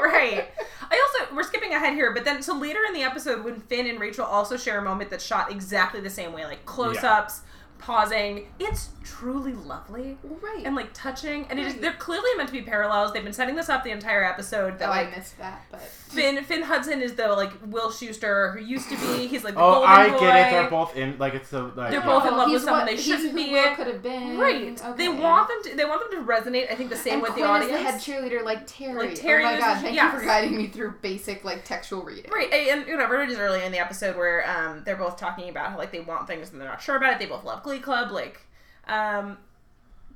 right. I also we're skipping ahead here, but then so later in the episode when Finn and Rachel also share a moment that's shot exactly the same way, like close ups, pausing. It's truly lovely right. and like touching, and it is Right. they're clearly meant to be parallels. They've been setting this up the entire episode. That oh, I like missed that, but. Finn Finn Hudson is the like Will Schuster who used to be. He's like the Oh, golden I boy. get it. They're both in. Like it's the. Like, They're yeah. both in Oh, love he's with someone what- they he's shouldn't who be. Will could have been. Right. They Okay. want them to. They want them to resonate. I think the same and with Quinn the audience. is the head cheerleader, like Terry. Like Terry oh my was god! the- Thank yes. you for guiding me through basic, like textual reading. Right, and and whatever it is earlier in the episode where um, they're both talking about how like they want things and they're not sure about it. They both love Glee Club, like, um,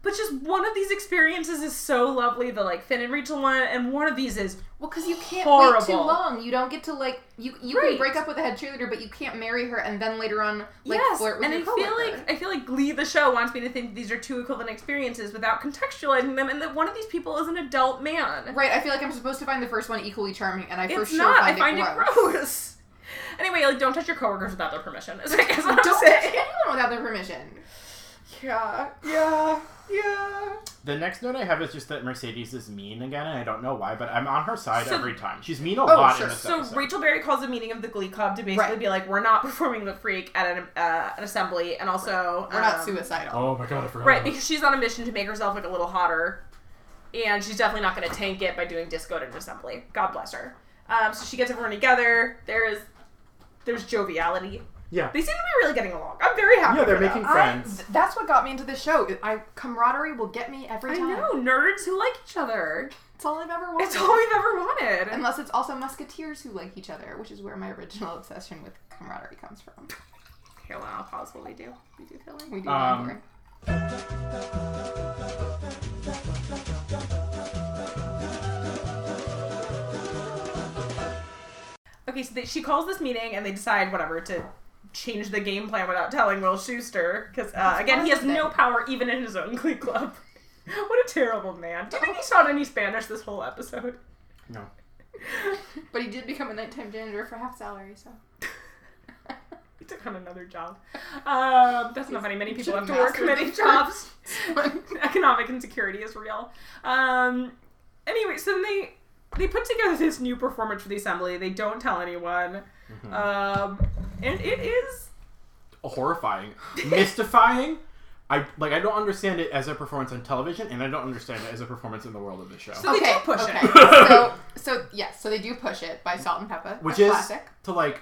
but just one of these experiences is so lovely. The like Finn and Rachel one, and one of these is Well, because you can't wait too Horrible. long. You don't get to like you. You Right. can break up with a head cheerleader, but you can't marry her and then later on like yes, flirt with and I your feel coworker. like I feel like Glee the show wants me to think these are two equivalent experiences without contextualizing them, and that one of these people is an adult man. Right, I feel like I'm supposed to find the first one equally charming, and I for it's sure not. find, I find it, gross. gross. anyway, like don't touch your coworkers without their permission. Is I guess what I'm Don't touch saying. anyone without their permission. Yeah, yeah, yeah. The next note I have is just that Mercedes is mean again, and I don't know why, but I'm on her side So- every time. She's mean a Oh, lot sure. in this So episode. Rachel Berry calls a meeting of the Glee Club to basically Right. be like, "We're not performing the Freak at an, uh, an assembly," and also We're not um, suicidal. Oh my god, I forgot. Right, about because she's on a mission to make herself look a little hotter, and she's definitely not going to tank it by doing disco at an assembly. God bless her. Um, so she gets everyone together. There is, there's joviality. Yeah. they seem to be really getting along. I'm very happy. yeah, they're for them. making I- friends. th- that's what got me into this show. I camaraderie will get me every I time. know nerds who like each other. It's all I've ever wanted. It's all we've ever wanted. Unless it's also musketeers who like each other, which is where my original obsession with camaraderie comes from. Here, well, I'll pause while we do. We do feel like. We do Um, remember. Okay, so they, she calls this meeting and they decide whatever to change the game plan without telling Will Schuster because uh, again he has positive. no power even in his own glee club. what a terrible man! Do you think he's taught any Spanish this whole episode? No. But he did become a nighttime janitor for half salary, so He took on another job. Um, that's not funny. Many people have should've to work mastered many the jobs. Economic insecurity is real. Um, anyway, so then they they put together this new performance for the assembly. They don't tell anyone, um, and it is horrifying, mystifying. I like I don't understand it as a performance on television, and I don't understand it as a performance in the world of the show, so they do push okay. it. so, so yes, so they do push it by Salt and Pepper, which a is classic. to like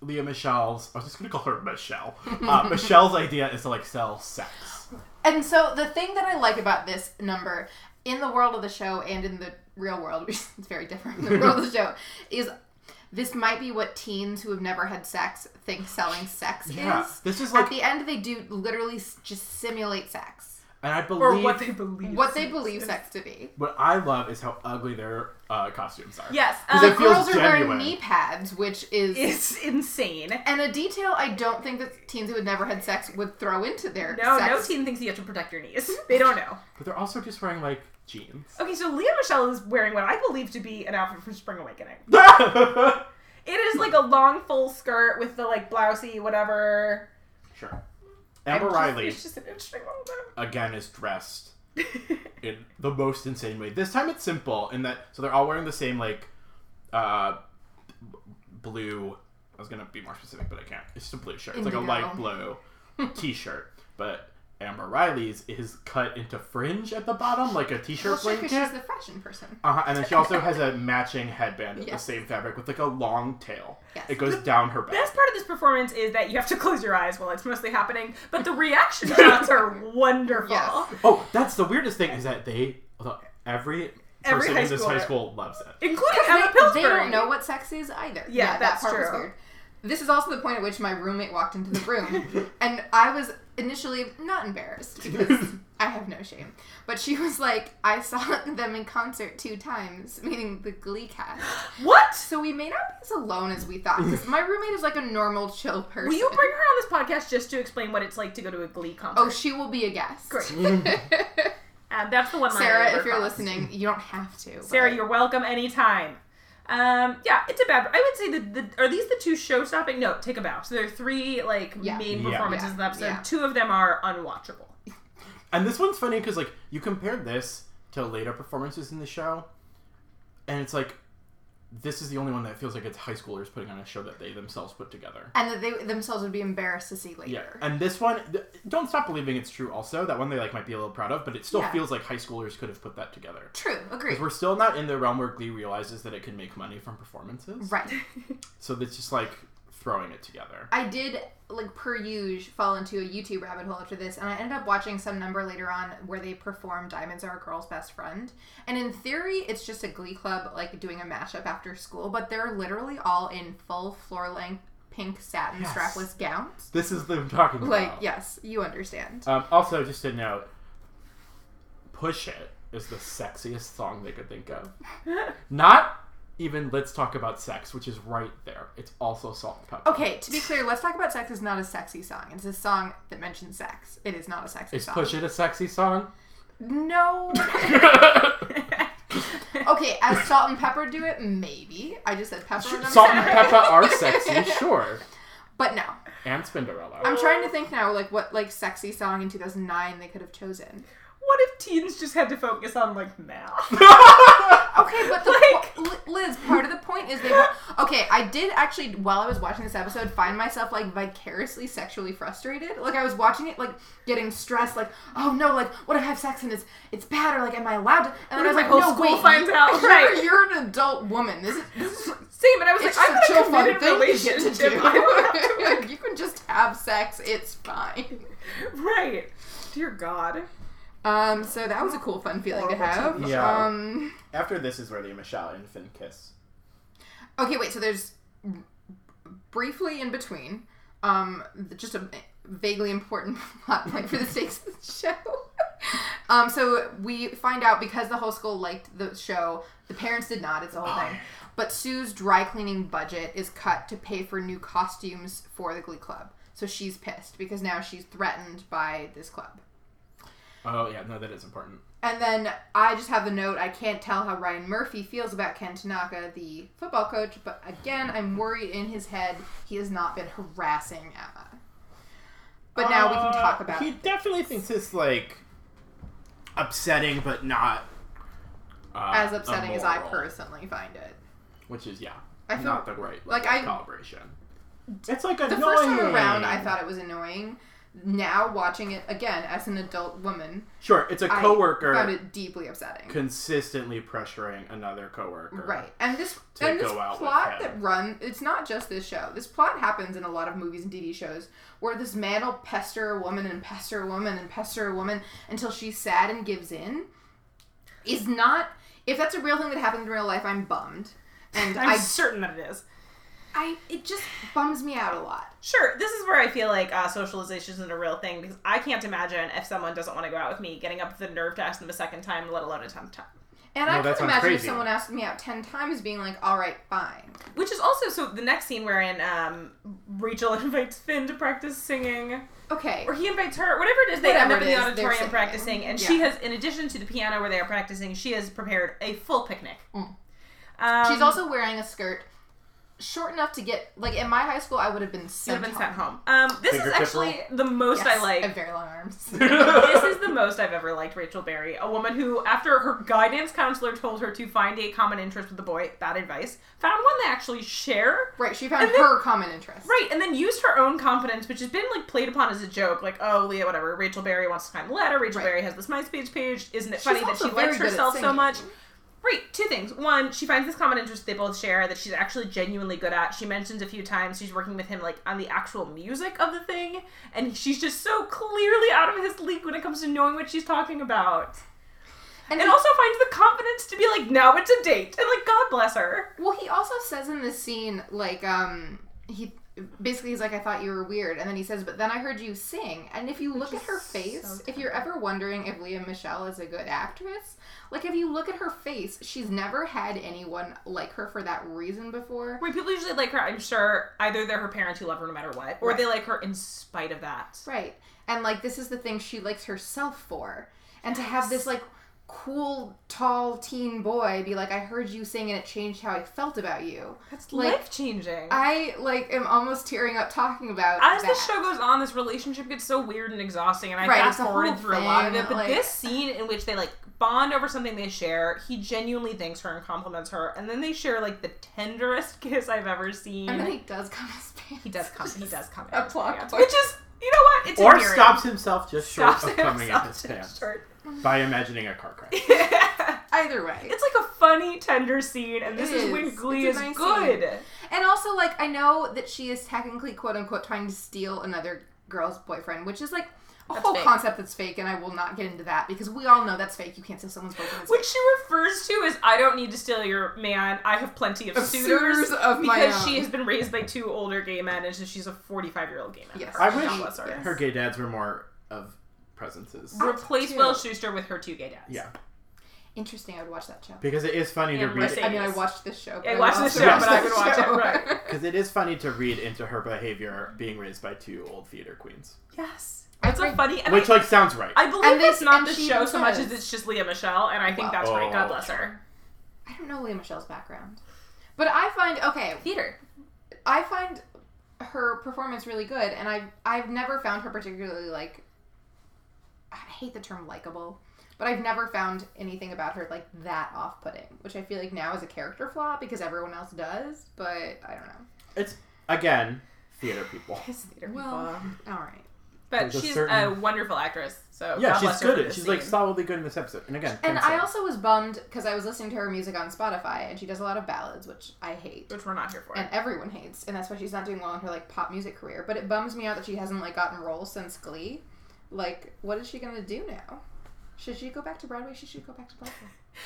Leah Michelle's. I was just gonna call her Michelle. Uh, Michelle's idea is to like sell sex. And so the thing that I like about this number in the world of the show and in the real world, which is very different in the world of the show, is this might be what teens who have never had sex think selling sex Yeah, is. this is At like, the end, they do literally s- just simulate sex, and I or believe what they believe. what they believe sex to be. what I love is how ugly their uh, costumes are. Yes, Is um, it- feels Girls are wearing genuine. knee pads, which is it's insane. And a detail I don't think that teens who had never had sex would throw into their No, sex. no teen thinks you have to protect your knees. They don't know. but they're also just wearing like jeans. Okay, so Leah Michelle is wearing what I believe to be an outfit from Spring Awakening. It is like a long full skirt with the like blousey whatever. sure, I'm Amber just- Riley It's just an interesting moment. again is dressed in the most insane way. This time it's simple in that so they're all wearing the same like uh b- blue. I was gonna be more specific, but I can't. It's just a blue shirt. It's like a Indigo. light blue t-shirt, but Amber Riley's is cut into fringe at the bottom like a Well, t-shirt sure, 'cause she's blanket. the fashion person. Uh-huh. And then she also has a matching headband of the Yes. same fabric with like a long tail. Yes. It goes down her back. Best part of this performance is that you have to close your eyes while it's mostly happening, but the reaction shots are wonderful. Yes. Oh, that's the weirdest thing is that they every Every person high in this schooler. high school loves it. Including Emma They- They Pillsbury. don't know what sex is either. Yeah, that's that part was true. weird. This is also the point at which my roommate walked into the room, and I was initially not embarrassed because I have no shame. But she was like, "I saw them in concert two times," meaning the Glee cast. What? So we may not be as alone as we thought. 'cause my roommate is like a normal, chill person. Will you bring her on this podcast just to explain what it's like to go to a Glee concert? Oh, she will be a guest. Great. Um, that's the one. line I Sarah, never if you're crossed. listening, you don't have to. Sarah, but- you're welcome anytime. Um, yeah, it's a bad. I would say that the are these the two show-stopping? No, take a bow. So there are three like Yeah. main Yeah. performances Yeah. in the episode. Yeah. Two of them are unwatchable. And this one's funny because like you compare this to later performances in the show, and it's like this is the only one that feels like it's high schoolers putting on a show that they themselves put together. and that they themselves would be embarrassed to see later. And this one, th- don't stop believing it's true. Also, that one they like might be a little proud of, but it still Yeah. feels like high schoolers could have put that together. True, agreed. Because we're still not in the realm where Glee realizes that it can make money from performances. Right. So it's just like throwing it together. I did like per usual fall into a YouTube rabbit hole after this, and I ended up watching some number later on where they perform "Diamonds Are a Girl's Best Friend," and in theory, it's just a Glee club like doing a mashup after school, but they're literally all in full floor length pink satin Yes. strapless gowns. This is the I'm talking about. Like, yes, you understand. Um, also, just a note Push It is the sexiest song they could think of. Not even Let's Talk About Sex, which is right there. It's also Salt and Pepper. Okay, to be clear, let's talk about sex. Is not a sexy song. It's a song that mentions sex. It is not a sexy Is song. Push It a sexy song? No. okay, as salt and pepper do it, maybe. I just said pepper. and I'm Salt and sorry. Pepper are sexy, sure. But no, And Spinderella. I'm trying to think now, like what like sexy song in 2009 they could have chosen. What if teens just had to focus on like math? Okay, but the po- Li- Liz, part of the point is they. wa- Okay, I did actually while I was watching this episode find myself like vicariously sexually frustrated. Like I was watching it, like getting stressed, like oh no, like what if I have sex and it's it's bad or like am I allowed to? And then I was if my like, whole no, school wait, finds out? You're, Right. you're an adult woman. This is, this is Same, and I was it's like, just a I'm chill in a fun committed thing to get to relationship. do. I don't have to, like, you can just have sex. It's fine. right. Dear God. Um, so that was a cool, fun feeling to have. TV. Yeah. Um, After this is where the Michelle and Finn kiss. okay, wait. So there's briefly in between, um, just a vaguely important plot point for the stakes of the show. Um, so we find out because the whole school liked the show, the parents did not. It's a whole thing. But Sue's dry cleaning budget is cut to pay for new costumes for the Glee Club. So she's pissed because now she's threatened by this club. Oh, yeah, no, that is important. And then I just have the note I can't tell how Ryan Murphy feels about Ken Tanaka, the football coach, but again, I'm worried in his head he has not been harassing Emma. But now we can talk about Uh, He definitely thinks it's like upsetting, but not uh, as upsetting as I immoral, personally find it. Which is yeah, I feel- not the right like, like I- calibration. It's like The annoying. first time around, I thought it was annoying. Now, watching it again as an adult woman, sure it's a I coworker found it deeply upsetting. consistently pressuring another coworker. Right, and this To and this go out with plot him. that run it's not just this show. This plot happens in a lot of movies and TV shows where this man will pester a woman and pester a woman and pester a woman until she's sad and gives in. Is not if that's a real thing that happens in real life, I'm bummed, and I'm I certain that it is. I it just bums me out a lot. Sure, this is where I feel like uh, socialization isn't a real thing because I can't imagine if someone doesn't want to go out with me getting up the nerve to ask them a second time, let alone a tenth time. And No, I can that sounds imagine if crazy. someone asked me out ten times, being like, "All right, fine." Which is also so the next scene wherein um, Rachel invites Finn to practice singing, Okay, or he invites her, whatever it is. They end Whatever up in it the is, they're auditorium singing. practicing, and Yeah. she has, in addition to the piano where they are practicing, she has prepared a full picnic. Mm. Um, she's also wearing a skirt short enough to get like in my high school, I would have been should sent have been home. sent home. Um, this is Fingertip actually the most I Yes, like. and very long arms. this is the most I've ever liked Rachel Berry, a woman who, after her guidance counselor told her to find a common interest with a boy, bad advice, found one they actually share. Right, she found And then- her common interest. Right, and then used her own confidence, which has been like played upon as a joke, like, oh, Leah, whatever, Rachel Berry wants to climb the ladder, Rachel Right. Berry has this MySpace page, isn't it funny that also she very likes good at herself so singing. much? Right, two things. One, she finds this common interest they both share that she's actually genuinely good at. She mentions a few times she's working with him like on the actual music of the thing, and she's just so clearly out of his league when it comes to knowing what she's talking about. And, And he- also finds the confidence to be like, now it's a date, and like, God bless her. well, he also says in this scene, like, um, he basically he's like, I thought you were weird, and then he says, but then I heard you sing. And if you look at her face, if you're ever wondering if Leah Michelle is a good actress, like, if you look at her face, she's never had anyone like her for that reason before. Right, people usually like her. I'm sure either they're her parents who love her no matter what, or Right. they like her in spite of that. Right. And like this is the thing she likes herself for. And to have this like cool tall teen boy be like I heard you sing and it changed how I felt about you. That's Like- life changing. I like am almost tearing up talking about as that. the show goes on, this relationship gets so weird and exhausting, and I Right, it's fast a forwarded whole through a lot of thing, it. But like- this scene in which they like bond over something they share, he genuinely thanks her and compliments her, and then they share like the tenderest kiss I've ever seen. and then he does come his pants. he does come. He does come. A in, plot yeah. point. which is you know what? It's Or endearing. stops himself just short Stops of coming himself at his in pants short. by imagining a car crash. Either way. It's like a funny, tender scene, and this It is, when is. Glee It's is a nice good. And also like I know that she is technically quote unquote trying to steal another girl's boyfriend, which is like a That's whole fake. concept that's fake, and I will not get into that because we all know that's fake. You can't steal someone's boyfriend. It's Which she refers to as "I don't need to steal your man. I have plenty of, Of suitors, suitors of because my own. she has been raised by two older gay men, and so she's a forty-five-year-old gay man. Yes. I God wish Yes. bless her. her gay dads were more of presences. Replace Too. Will Schuster with her two gay dads. Yeah, Interesting. I would watch that show. because it is funny to And read. Mercedes. I mean, I watched this show. I would watched also this show, watch but I this would watch it, show. right. Because it is funny to read into her behavior being raised by two old theater queens, Yes. It's a Every- funny. And which I, like sounds right. I believe And it's this- not and the she show so much does. as it's just Leah Michelle, and I think Wow. that's great. Oh. God bless her. I don't know Leah Michelle's background, but I find okay theater. I find her performance really good, and I I've never found her particularly like. I hate the term likable, but I've never found anything about her like that off-putting, which I feel like now is a character flaw because everyone else does. But I don't know. it's again theater people. It's theater Well, all right. but there's a she's a certain- wonderful actress. So Yeah, God she's bless her good. for At, this she's like scene. solidly good in this episode. And again, And thanks, I Sarah. also was bummed because I was listening to her music on Spotify, and she does a lot of ballads, which I hate. which we're not here for. and everyone hates, and that's why she's not doing well in her like pop music career. But it bums me out that she hasn't like gotten roles since Glee. Like, what is she gonna do now? Should she go back to Broadway? Should she go back to Broadway?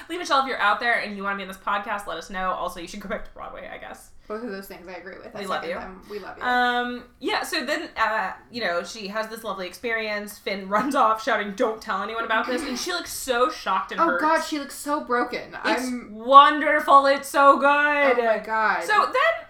Leah Michelle, if you're out there and you want to be on this podcast, let us know. Also, you should go back to Broadway, I guess. Both of those things I agree with. I We love second you. Them. We love you. Um, yeah, so then, uh, you know, she has this lovely experience. Finn runs off shouting, Don't tell anyone about this. And she looks so shocked and oh hurt. God, she looks so broken. It's I'm. wonderful. It's so good. Oh my God. So then,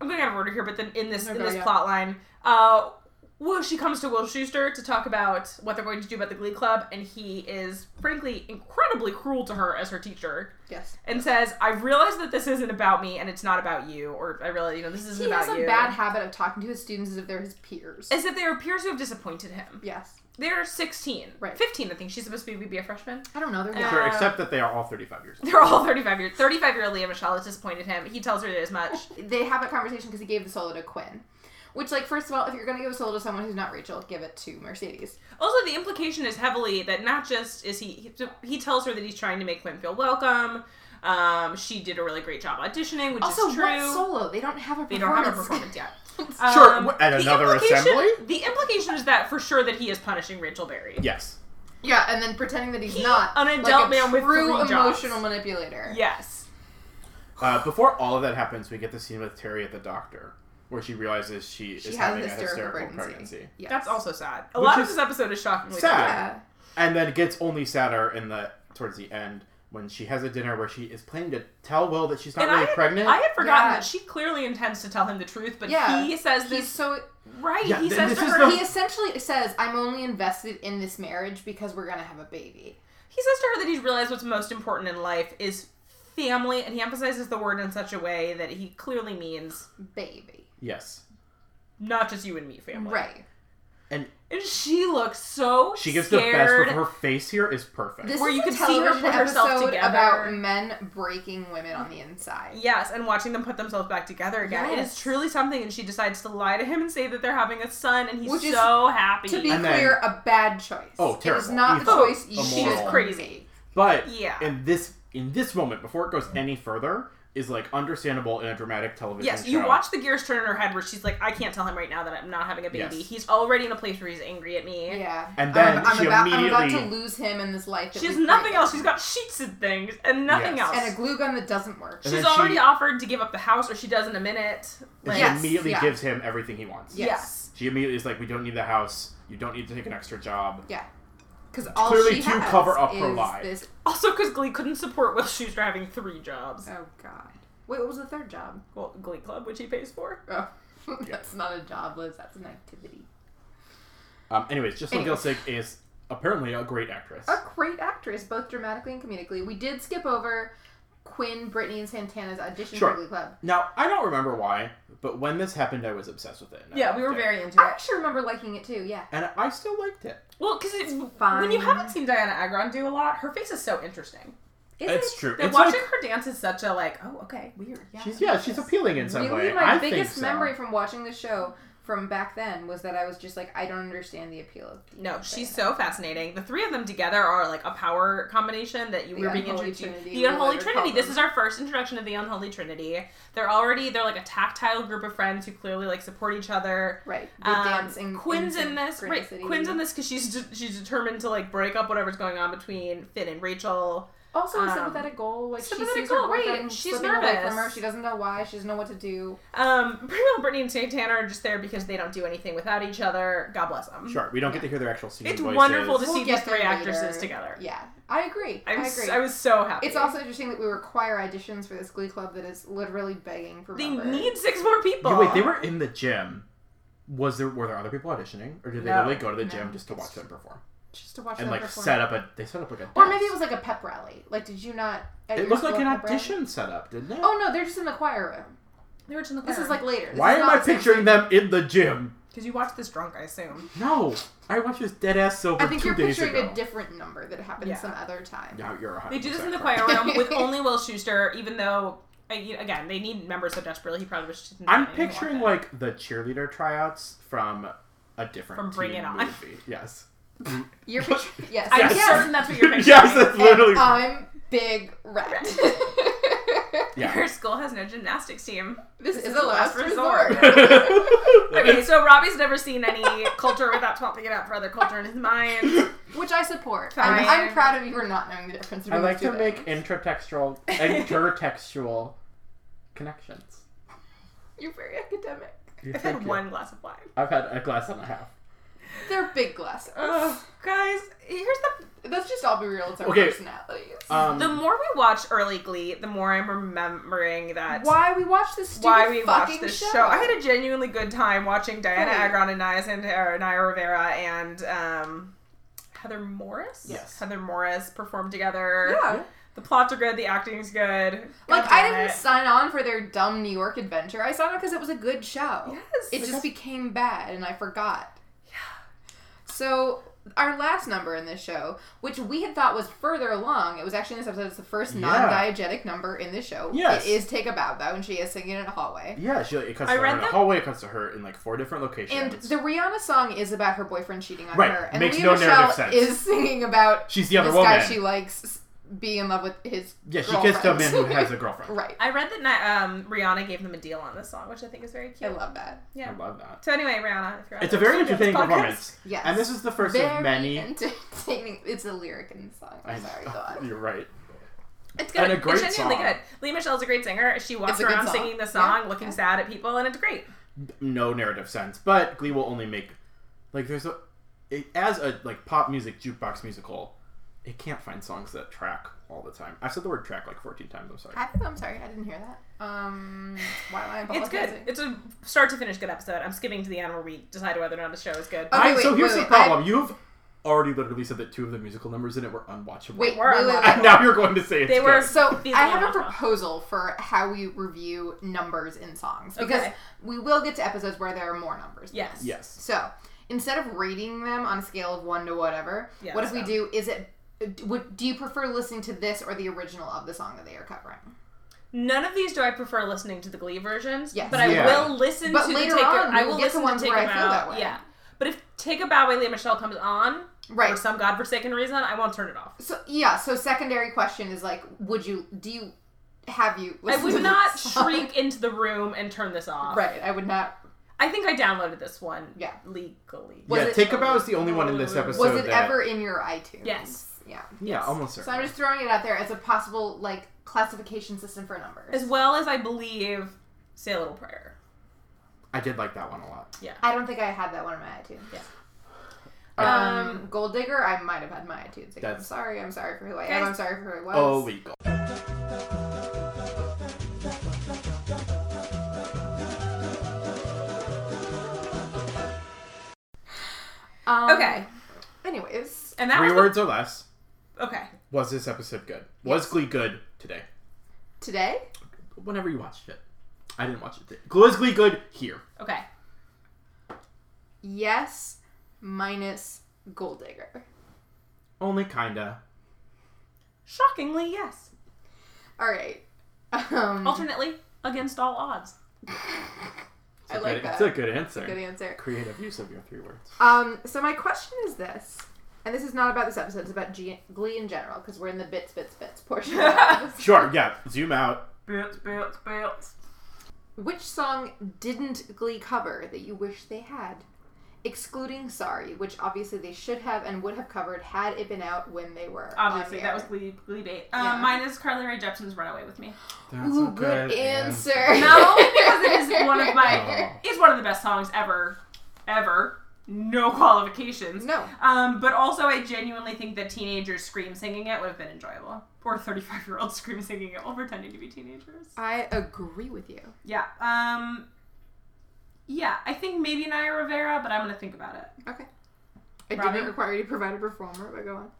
I'm going out of order here, but then in this, Oh in God, this yeah. plot line, uh, Will, she comes to Will Schuster to talk about what they're going to do about the Glee Club, and he is, frankly, incredibly cruel to her as her teacher. yes, and says, "I realize that this isn't about me, and it's not about you, or I realize you know this he isn't about has a you." bad habit of talking to his students as if they're his peers. As if there appears to have disappointed him. yes, They're 16, Right. 15. I think she's supposed to be, be a freshman. I don't know. They're young. Sure, uh, except that they are all 35 years old. They're all 35 years. 35 year old Leah Michelle has disappointed him. He tells her as much. they have that conversation because he gave the solo to Quinn. Which, like, first of all, if you're gonna give a solo to someone who's not Rachel, give it to Mercedes. Also, the implication is heavily that not just is he he, he tells her that he's trying to make Quinn feel welcome. Um, she did a really great job auditioning, which Also, is true. what solo? They don't have a they don't have a performance yet. Sure, Um, w- at the another implication- assembly? The implication is that for sure that he is punishing Rachel Berry. Yes. Yeah, and then pretending that he's He- not an adult man with true three jobs. emotional manipulator. Yes. Uh, before all of that happens, we get the scene with Terry at the doctor, where she realizes she, she has is a having hysterical, a hysterical pregnancy. pregnancy. Yes. That's also sad. A Which lot of is this episode is shockingly yeah. sad. And then it gets only sadder in the towards the end when she has a dinner where she is planning to tell Will that she's not And I really had, pregnant. I had forgotten Yeah. that she clearly intends to tell him the truth, but Yeah. he says He's this so right. Yeah, he th- says this to is her, the- he essentially says, "I'm only invested in this marriage because we're gonna have a baby." he says to her that he's realized what's most important in life is family, and he emphasizes the word in such a way that he clearly means Baby, yes. not just you and me, family. right? And And she looks so she gives scared. the best, but her face here is perfect. This Where is you a can see her television put herself episode together. about men breaking women on the inside. Yes, and watching them put themselves back together again. It is Yes. truly something, and she decides to lie to him and say that they're having a son, and he's Which is- so happy. To be And then- clear, a bad choice. Oh, It is terrible. not the Evil. choice you Immoral. should She's crazy. make. but Yeah. in this in this moment, before it goes any further, is like understandable in a dramatic television Yes, show. you watch the gears turn in her head where she's like, I can't tell him right now that I'm not having a baby. Yes. He's already in a place where he's angry at me. Yeah. And then Um, I'm, I'm she about, I'm about to immediately- lose him in this life. that She has we nothing created. else. She's got sheets and things and nothing Yes. else. And a glue gun that doesn't work. And She's then she- already offered to give up the house, or she does in a minute. And Like, she Yes, immediately yeah. gives him everything he wants. Yeah. yes. She immediately is like, "We don't need the house. You don't need to take an extra job." Yeah. Because all Clearly she to has cover up is her lie. This, Also, because Glee couldn't support Will Schuster having three jobs. oh God. Wait, what was the third job? Well, Glee Club, which he pays for. Oh, that's not a job, Liz. That's an activity. Um, anyways, Just Anyway. Gilsick is apparently a great actress. A great actress, both dramatically and comedically. We did skip over Quinn, Brittany, and Santana's audition Sure. for Glee Club. Now I don't remember why, but when this happened, I was obsessed with it. and I Yeah, we loved were it. very into I it. actually remember liking it too. Yeah. And I still liked it. Well, because it's fine. when you haven't seen Diana Agron do a lot, her face is so interesting. Is it's it? true. That It's watching like- her dance is such a like, oh, okay, weird. Yeah, she's yeah, she's appealing in some Really, way. my I think biggest so. memory from watching the show from back then was that I was just like, I don't understand the appeal of No, she's so fascinating. The three of them together are like a power combination that you The were being unholy introduced to. trinity, The unholy whatever trinity. call This them. is our first introduction of the unholy trinity. They're already they're like a tactile group of friends who clearly like support each other. right. The Um, dance in Quinn's in this. Right, Synchronicity. Quinn's in this because she's de- she's determined to like break up whatever's going on between Finn and Rachel. Also, a Um, sympathetic goal. Like sympathetic she sees her goal, right. boyfriend She's slipping away nervous. from her. She doesn't know why. She doesn't know what to do. Um, pretty well, Brittany and Santana are just there because they don't do anything without each other. God bless them. Sure, we don't get to hear their actual singing It's voices. wonderful to We'll see these get three there actresses later. together. Yeah, I agree. i I was, agree. I was so happy. it's also interesting that we require auditions for this Glee Club that is literally begging for they members. need six more people. Yeah, wait, they were in the gym. Was there were there other people auditioning, or did they No. literally go to the gym just to watch them perform just to watch and them like perform. set up a? They set up like a. Or maybe it desk. was like a pep rally. Like, did you not? at It your looked like school an pep rally? audition setup, didn't it? Oh no, they're just in the choir room. They were in the This is like later. This Why is am not I the same picturing thing. them in the gym? because you watched this drunk, I assume. No, I watched this dead ass silver I think two you're days picturing ago. a different number that happened Yeah. some other time. No, you're 100 They do this in the choir room with only Will Schuster, even though I, you- again they need members so desperately. He probably was. I'm picturing like the cheerleader tryouts from a different From Bring teen It On. movie. Yes, You're picturing yes. I'm Yes. certain that's what you're picturing. yes, that's And uh, literally. I'm big rat. yeah. Your school has no gymnastics team. this, is is a the last last resort. Okay, so Robbie's never seen any culture without swapping it out for other culture in his mind. Which I support. Fine. I'm, I'm proud of you for not knowing the difference I between like these to two make things. intertextual intertextual connections. You're very academic. You I've think had you- one glass of wine. I've had a glass and a half. They're big glasses. Ugh, guys, here's the Let's just all be real. It's our Okay. personalities. Um, the more we watch early Glee, the more I'm remembering that why we watch this stupid why we fucking watched this show. I had a genuinely good time watching Diana Right. Agron and Naya, Santana, Naya Rivera and um, Heather Morris. Yes. Heather Morris performed together. yeah. The plots are good. The acting's good. Like God I damn didn't it. sign on for their dumb New York adventure. I signed on because it was a good show. Yes. It just became bad and I forgot. Yeah. So our last number in this show, which we had thought was further along, it was actually in this episode. It's the first Yeah. non-diegetic number in this show. Yes. It is "Take a Bow" though, and she is singing in a hallway. Yeah, she like, it cuts I to her read in the that- hallway. It cuts to her in like four different And locations. the Rihanna song is about her boyfriend cheating on Right. her, and Makes Lea no Michele narrative sense. is singing about She's the other this woman. guy she likes s- being in love with his. yeah, she kissed a man who girlfriend. has a girlfriend. right. I read that Ni- um, Rihanna gave them a deal on this song, which I think is very I cute. love that. I Yeah. love that. So anyway, Rihanna, if you're out It's a there very listening to entertaining this podcast- performance. Yes. And this is the first Very of many. entertaining. It's a lyric in the song. I'm sorry, go on. You're right. It's good. And a great it's genuinely song. good. Leah Michelle's a great singer. She walks It's a good around song. singing the song, Yeah. looking Yeah. sad at people, and it's great. No narrative sense, but Glee will only make like there's a it, as a like pop music jukebox musical. It can't find songs that track all the time. I said the word track like 14 times. I'm sorry. I, I'm sorry, I didn't hear that. Um, why am I It's good. apologizing? It's a start to finish good episode. I'm skipping to the end where we decide whether or not the show is good. Okay, I- wait, so wait, here's wait, the problem. You've already literally said that two of the musical numbers in it were unwatchable. Wait, wait, We're wait, on wait, that. And now you're going to say it's They were- good. So These I are have a awful. proposal for how we review numbers in songs because Okay. we will get to episodes where there are more numbers. than Yes. this. Yes. So instead of rating them on a scale of one to whatever, Yeah, what if we so. do? Is it would do you prefer listening to this or the original of the song that they are covering? None of these do I prefer listening to the Glee versions. Yes. But I Yeah. will listen But to later the Take a- on, I we'll will get to listen ones to Take where a I feel Bow. that way. Yeah. But if Take a Bow by Leah Michelle comes on, for Right. some godforsaken reason, I won't turn it off. So yeah. So secondary question is like, would you? Do you? Have you? I listened to would this not song? shriek into the room and turn this off. Right. I would not. I think I downloaded this one Yeah. legally. Was yeah, it- Take a Bow is the only one in this Was episode. Was it that, ever in your iTunes? Yes. Yeah. Yeah, almost So I'm certainly. just throwing it out there as a possible like classification system for numbers. As well as I believe Say a Little Prayer. I did like that one a lot. I don't think I had that one on my iTunes. Yeah. Um, Gold Digger, I might have had my iTunes. Again. I'm That's- sorry. I'm sorry for who I Okay. am. I'm sorry for who I was. Oh, we go. Um, Okay. Anyways, And that Three was the- words or less. Okay. Was this episode good? Was Glee good today? today Whenever you watched it. I didn't watch it today. Was Glee good here? Okay. Yes, minus Gold Digger. Only kinda. Shockingly, yes. Mm-hmm. All right. Um, Alternately, against all odds. I like good, that. It's a good answer. Good answer. Creative use of your three words. Um, so my question is this, and this is not about this episode. It's about G- Glee in general because we're in the bits, bits, bits portion. of this. Sure, yeah. Zoom out. Bits, bits, bits. Which song didn't Glee cover that you wish they had? Excluding Sorry, which obviously they should have and would have covered had it been out when they were. on Obviously, the that air. was Glee, Glee bait. Um, Yeah. Mine is Carly Rae Jepsen's Runaway with Me. That's Ooh, a good answer. No, because it is one of my. Oh. It's one of the best songs ever, ever. No qualifications. No. Um, but also, I genuinely think that teenagers scream singing it would have been enjoyable, or thirty-five-year-olds scream singing it while pretending to be teenagers. I agree with you. Yeah. Um. Yeah, I think maybe Naya Rivera, but I'm gonna think about it. Okay. I Robin? didn't require you to provide a performer, but go on.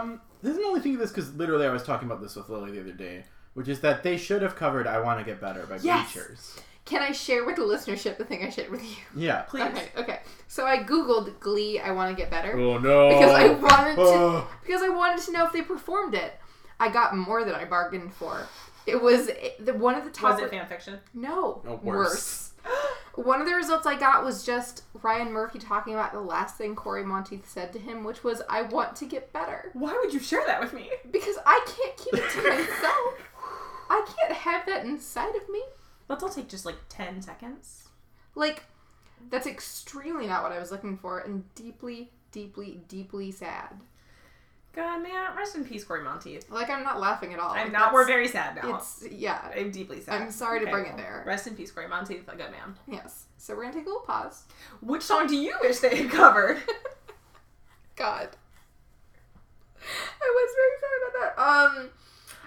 Um, this is my only thing of this because literally I was talking about this with Lily the other day, which is that they should have covered "I Want to Get Better" by Yes. Bleachers. Can I share with the listenership the thing I shared with you? Yeah. Please. Okay, okay. So I googled Glee. I want to get better Oh no. because I wanted to. Oh. because I wanted to know if they performed it. I got more than I bargained for. It was it- the one of the top. Was it fan fiction? no, No, worse. worse. one of the results I got was just Ryan Murphy talking about the last thing Corey Monteith said to him, which was, "I want to get better," Why would you share that with me? because I can't keep it to myself. I can't have that inside of me. Let's all take just like 10 seconds. Like, that's extremely not what I was looking for, and deeply, deeply, deeply sad. God, man, rest in peace, Cory Monteith. Like, I'm not laughing at all. I'm Like, not. We're that's- very sad now. It's yeah. I'm deeply sad. I'm sorry to Okay, bring it well, there. Rest in peace, Cory Monteith, a good man. Yes. So we're gonna take a little pause. Which song do you wish they had covered? God. I was very sad about that. Um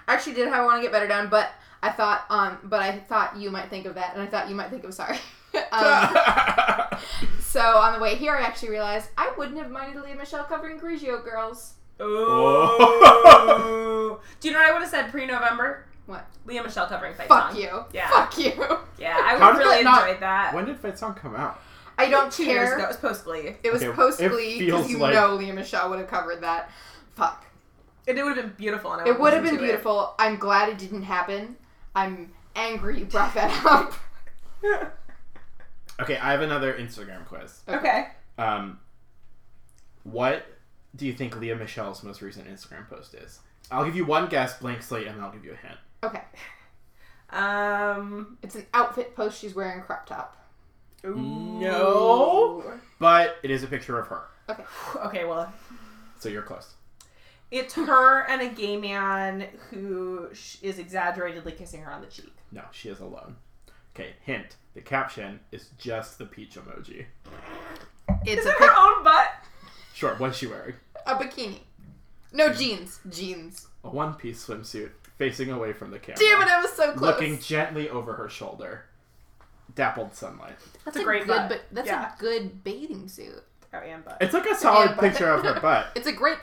I actually did have I wanna get better down, but I thought um but I thought you might think of that and I thought you might think of sorry. um, Oh. so on the way here I actually realized I wouldn't have minded Leah Michelle covering Grigio girls. Oh. do you know what I would have said pre November? What? Leah Michelle covering Fight Fuck Song. you. Yeah. Fuck you. Yeah, I How would did really that not- enjoyed Um, that. when did Fight Song come out? I don't Two years ago. It care. was post Glee. It was Okay, post it Glee because feels you like- know Leah Michelle would have covered that. Fuck. It, would have been beautiful. And I It would have been listened to it. beautiful. I'm glad it didn't happen. I'm angry you brought that up. Okay, I have another Instagram quiz. Okay. Um, what do you think Leah Michelle's most recent Instagram post is? I'll give you one guess, blank slate, and then I'll give you a hint. Okay. Um. It's an outfit post she's wearing a crop top. No, but it is a picture of her, Okay. Okay. Well, so you're close. it's her and a gay man who sh- is exaggeratedly kissing her on the cheek. No, she is alone. Okay, hint. The caption is just the peach emoji. It's Is a, it her own butt? Sure, what's she wearing? pic- a bikini. No jeans. Jeans. A one piece swimsuit facing away from the camera. Damn it, I was so close. Looking gently over her shoulder. Dappled sunlight. that's a great good butt. but that's Yeah. a good bathing suit. Oh, and butt. It's like a solid butt. picture of her butt. It's a great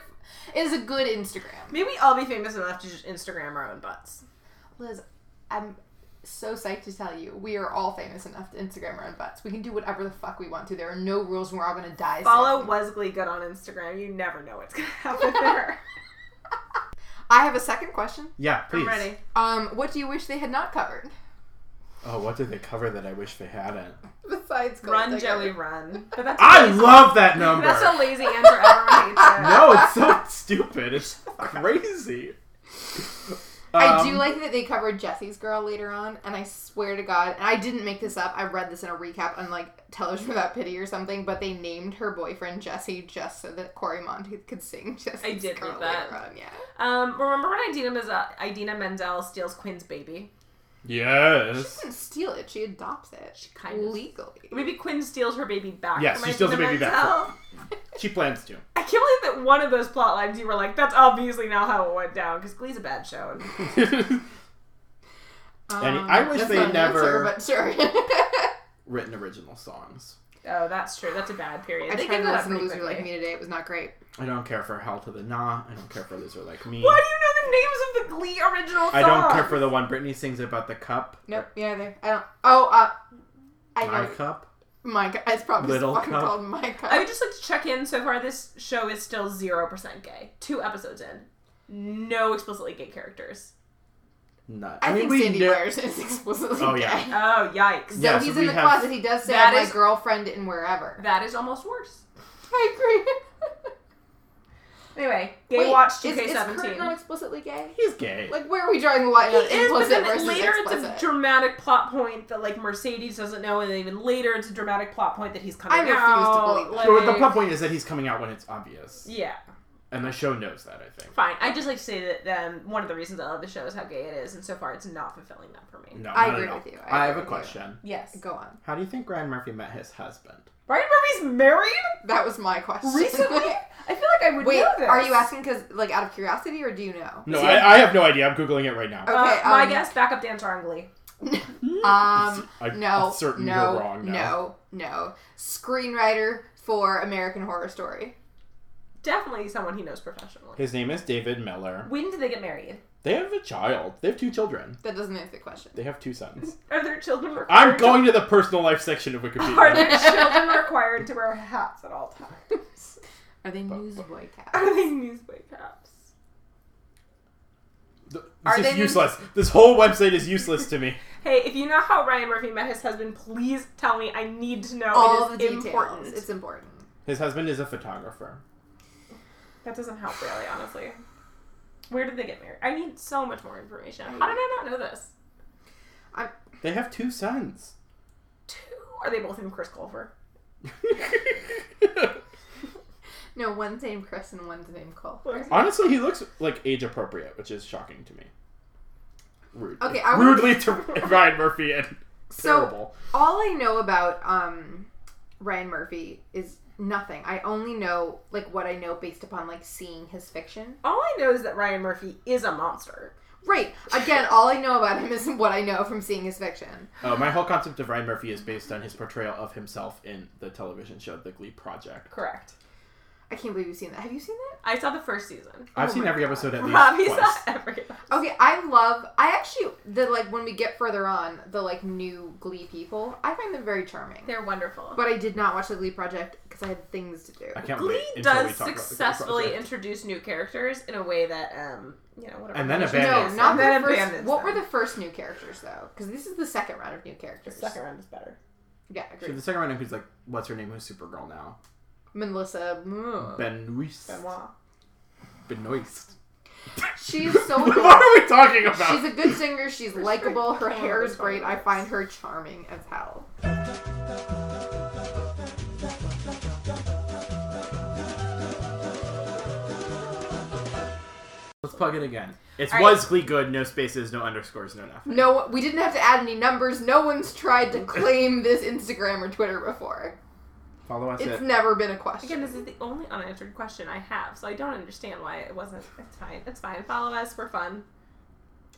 it is a good Instagram. Maybe I'll be famous enough to just Instagram our own butts. Liz, I'm so psyched to tell you, we are all famous enough to Instagram our own butts. We can do whatever the fuck we want to. There are no rules and we're all gonna die. Follow soon. Wesley Good on Instagram. You never know what's gonna happen there. I have a second question. Yeah, please. I'm ready. Um, what do you wish they had not covered? Oh, what did they cover that I wish they hadn't? The Suicide's gold Run, digger. Joey, run. But that's I love that number. that's a lazy answer. Everyone hates it. no, it's so stupid. It's crazy. I Um, do like that they covered Jesse's girl later on, and I swear to God, and I didn't make this up. I read this in a recap on like Television Without Pity or something, but they named her boyfriend Jesse just so that Corey Monteith could sing Jesse's I did girl read that. later on. Yeah, Um, remember when Idina, Menzel, Idina Menzel steals Quinn's baby? she Yes. doesn't steal it; she adopts it. She kind of- legally. Maybe Quinn steals her baby back. Yes, from she steals her Idina baby back Menzel. She plans to. I can't believe that one of those plot lines you were like, that's obviously not how it went down, because Glee's a bad show. And And I wish Um, that's they not an never- Answer, but sure. Written original songs. Oh, that's true. That's a bad period. I they tried could to that listen to pretty Loser Like quickly. Me today. It was not great. I don't care for Hell to the Nah. I don't care for Loser Like Me. Why do you know the names of the Glee original songs? I don't care for the one Britney sings about the cup. Nope, me neither. I don't. Oh, uh, I My know. cup. My cup. It's probably just Little fucking cup. called my cup. I would just like to check in. So far, this show is still 0% gay. Two episodes in. No explicitly gay characters. Nut. I, think Sandy kn- Myers is explicitly Oh, yeah. gay. Oh, yikes. So Yeah, so he's we in the have- closet. He does say That I'm is- my girlfriend in wherever. That is almost worse. I agree. Anyway, Gay Wait, Watch is- Is, Kurt not 2K17. explicitly gay? He's gay. Like, where are we drawing the line? He of is, but implicit then versus later explicit. it's a dramatic plot point that like Mercedes doesn't know, and then even later it's a dramatic plot point that he's coming I refuse to out. believe that. like- But the plot point is that he's coming out when it's obvious. Yeah, And the show knows that, I think. fine. I just like to say that um, one of the reasons I love the show is how gay it is, and so far it's not fulfilling that for me. No, I not agree at all. with you. I I, have agree a with question. Yes, Go on. How do you think Ryan Murphy met his husband? Brian Murphy's married That was my question. recently. I feel like I would Wait, know this. are you asking because, like, out of curiosity, or do you know? No, I, I have no idea. I'm Googling it right now. Uh, Okay, my um, guess, backup dancer on Glee. Hmm. Um, I'm no, certain no, you're wrong now. no, no. Screenwriter for American Horror Story. Definitely someone he knows professionally. His name is David Miller. When did they get married? They have a child. They have two children. That doesn't answer the question. They have two sons. Are their children required? I'm going to the personal life section of To, are Wikipedia. their children required to wear hats at all times? Are they newsboy cats? Are they newsboy caps? Th- Are this they is in- useless. This whole website is useless to me. Hey, if you know how Ryan Murphy met his husband, please tell me. I need to know. All the it is details. important. It's important. His husband is a photographer. That doesn't help really, honestly. Where did they get married? I need so much more information. How did I not know this? They have two sons. Two? Are they both in Chris Colfer? No, one's named Chris and one's named Cole. Honestly, he looks like age appropriate, which is shocking to me. Rude. Okay, I wanna- rudely to Ryan Murphy and So- terrible. all I know about um, Ryan Murphy is nothing. I only know like what I know based upon like seeing his fiction. All I know is that Ryan Murphy is a monster. Right. Again, all I know about him is what I know from seeing his fiction. Uh, my whole concept of Ryan Murphy is based on his portrayal of himself in the television show The Glee Project. Correct. I can't believe you've seen that. Have you seen that? I saw the first season. I've Oh seen my every God. episode at least Robbie saw twice. every. Okay, I love. I actually the like when we get further on the like new Glee people. I find them very charming. They're wonderful. But I did not watch the Glee Project because I had things to do. I can't Glee wait until we does talk about The Glee successfully Project. introduce new characters in a way that, um, you know, whatever. And then relation- abandons No, not them. That the first. abandons What were them. the first new characters though? Because this is the second round of new characters. Second round is better. Yeah, So the agreed. second round includes like what's her name who's Supergirl now? Melissa. mm. Benoist. Benoit. Benoist. She is so what adorable. are we talking about? She's a good singer. She's likable. Her Can't hair is remember the great. song I find her charming as hell. Let's plug it again. It All right. was Glee good, no spaces, no underscores, no nothing. No, we didn't have to add any numbers. No one's tried to claim this Instagram or Twitter before. Follow us It's at never been a question. Again, this is the only unanswered question I have, so I don't understand why it wasn't. It's fine. It's fine. Follow us. We're fun.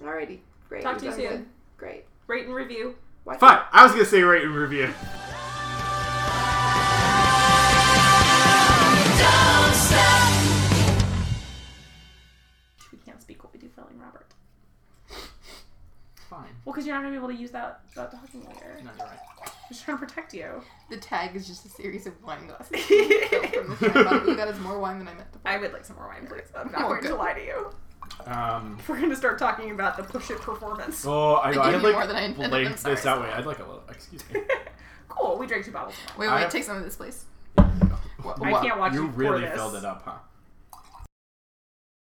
Alrighty, great. Talk to you We've done soon. good. Great. Rate and review. Why Fine. I was gonna say rate and review. We can't speak what we do, Failing Robert. Fine. Well, because you're not going to be able to use that without talking later. No, you're right. I'm just trying to protect you. The tag is just a series of wine glasses. So from this time on, that is more wine than I meant to. I would like some more wine, please. I'm not Oh, going to good. lie to you. Um. We're going to start talking about the push it performance. Oh, I, gave I, you like more than I intended, I'm blanked this sorry. out way. I'd like a little. Excuse me. Cool. We drank two bottles. Wait, wait, I- take some of this, please. I can't watch You you pour really this. filled it up, huh?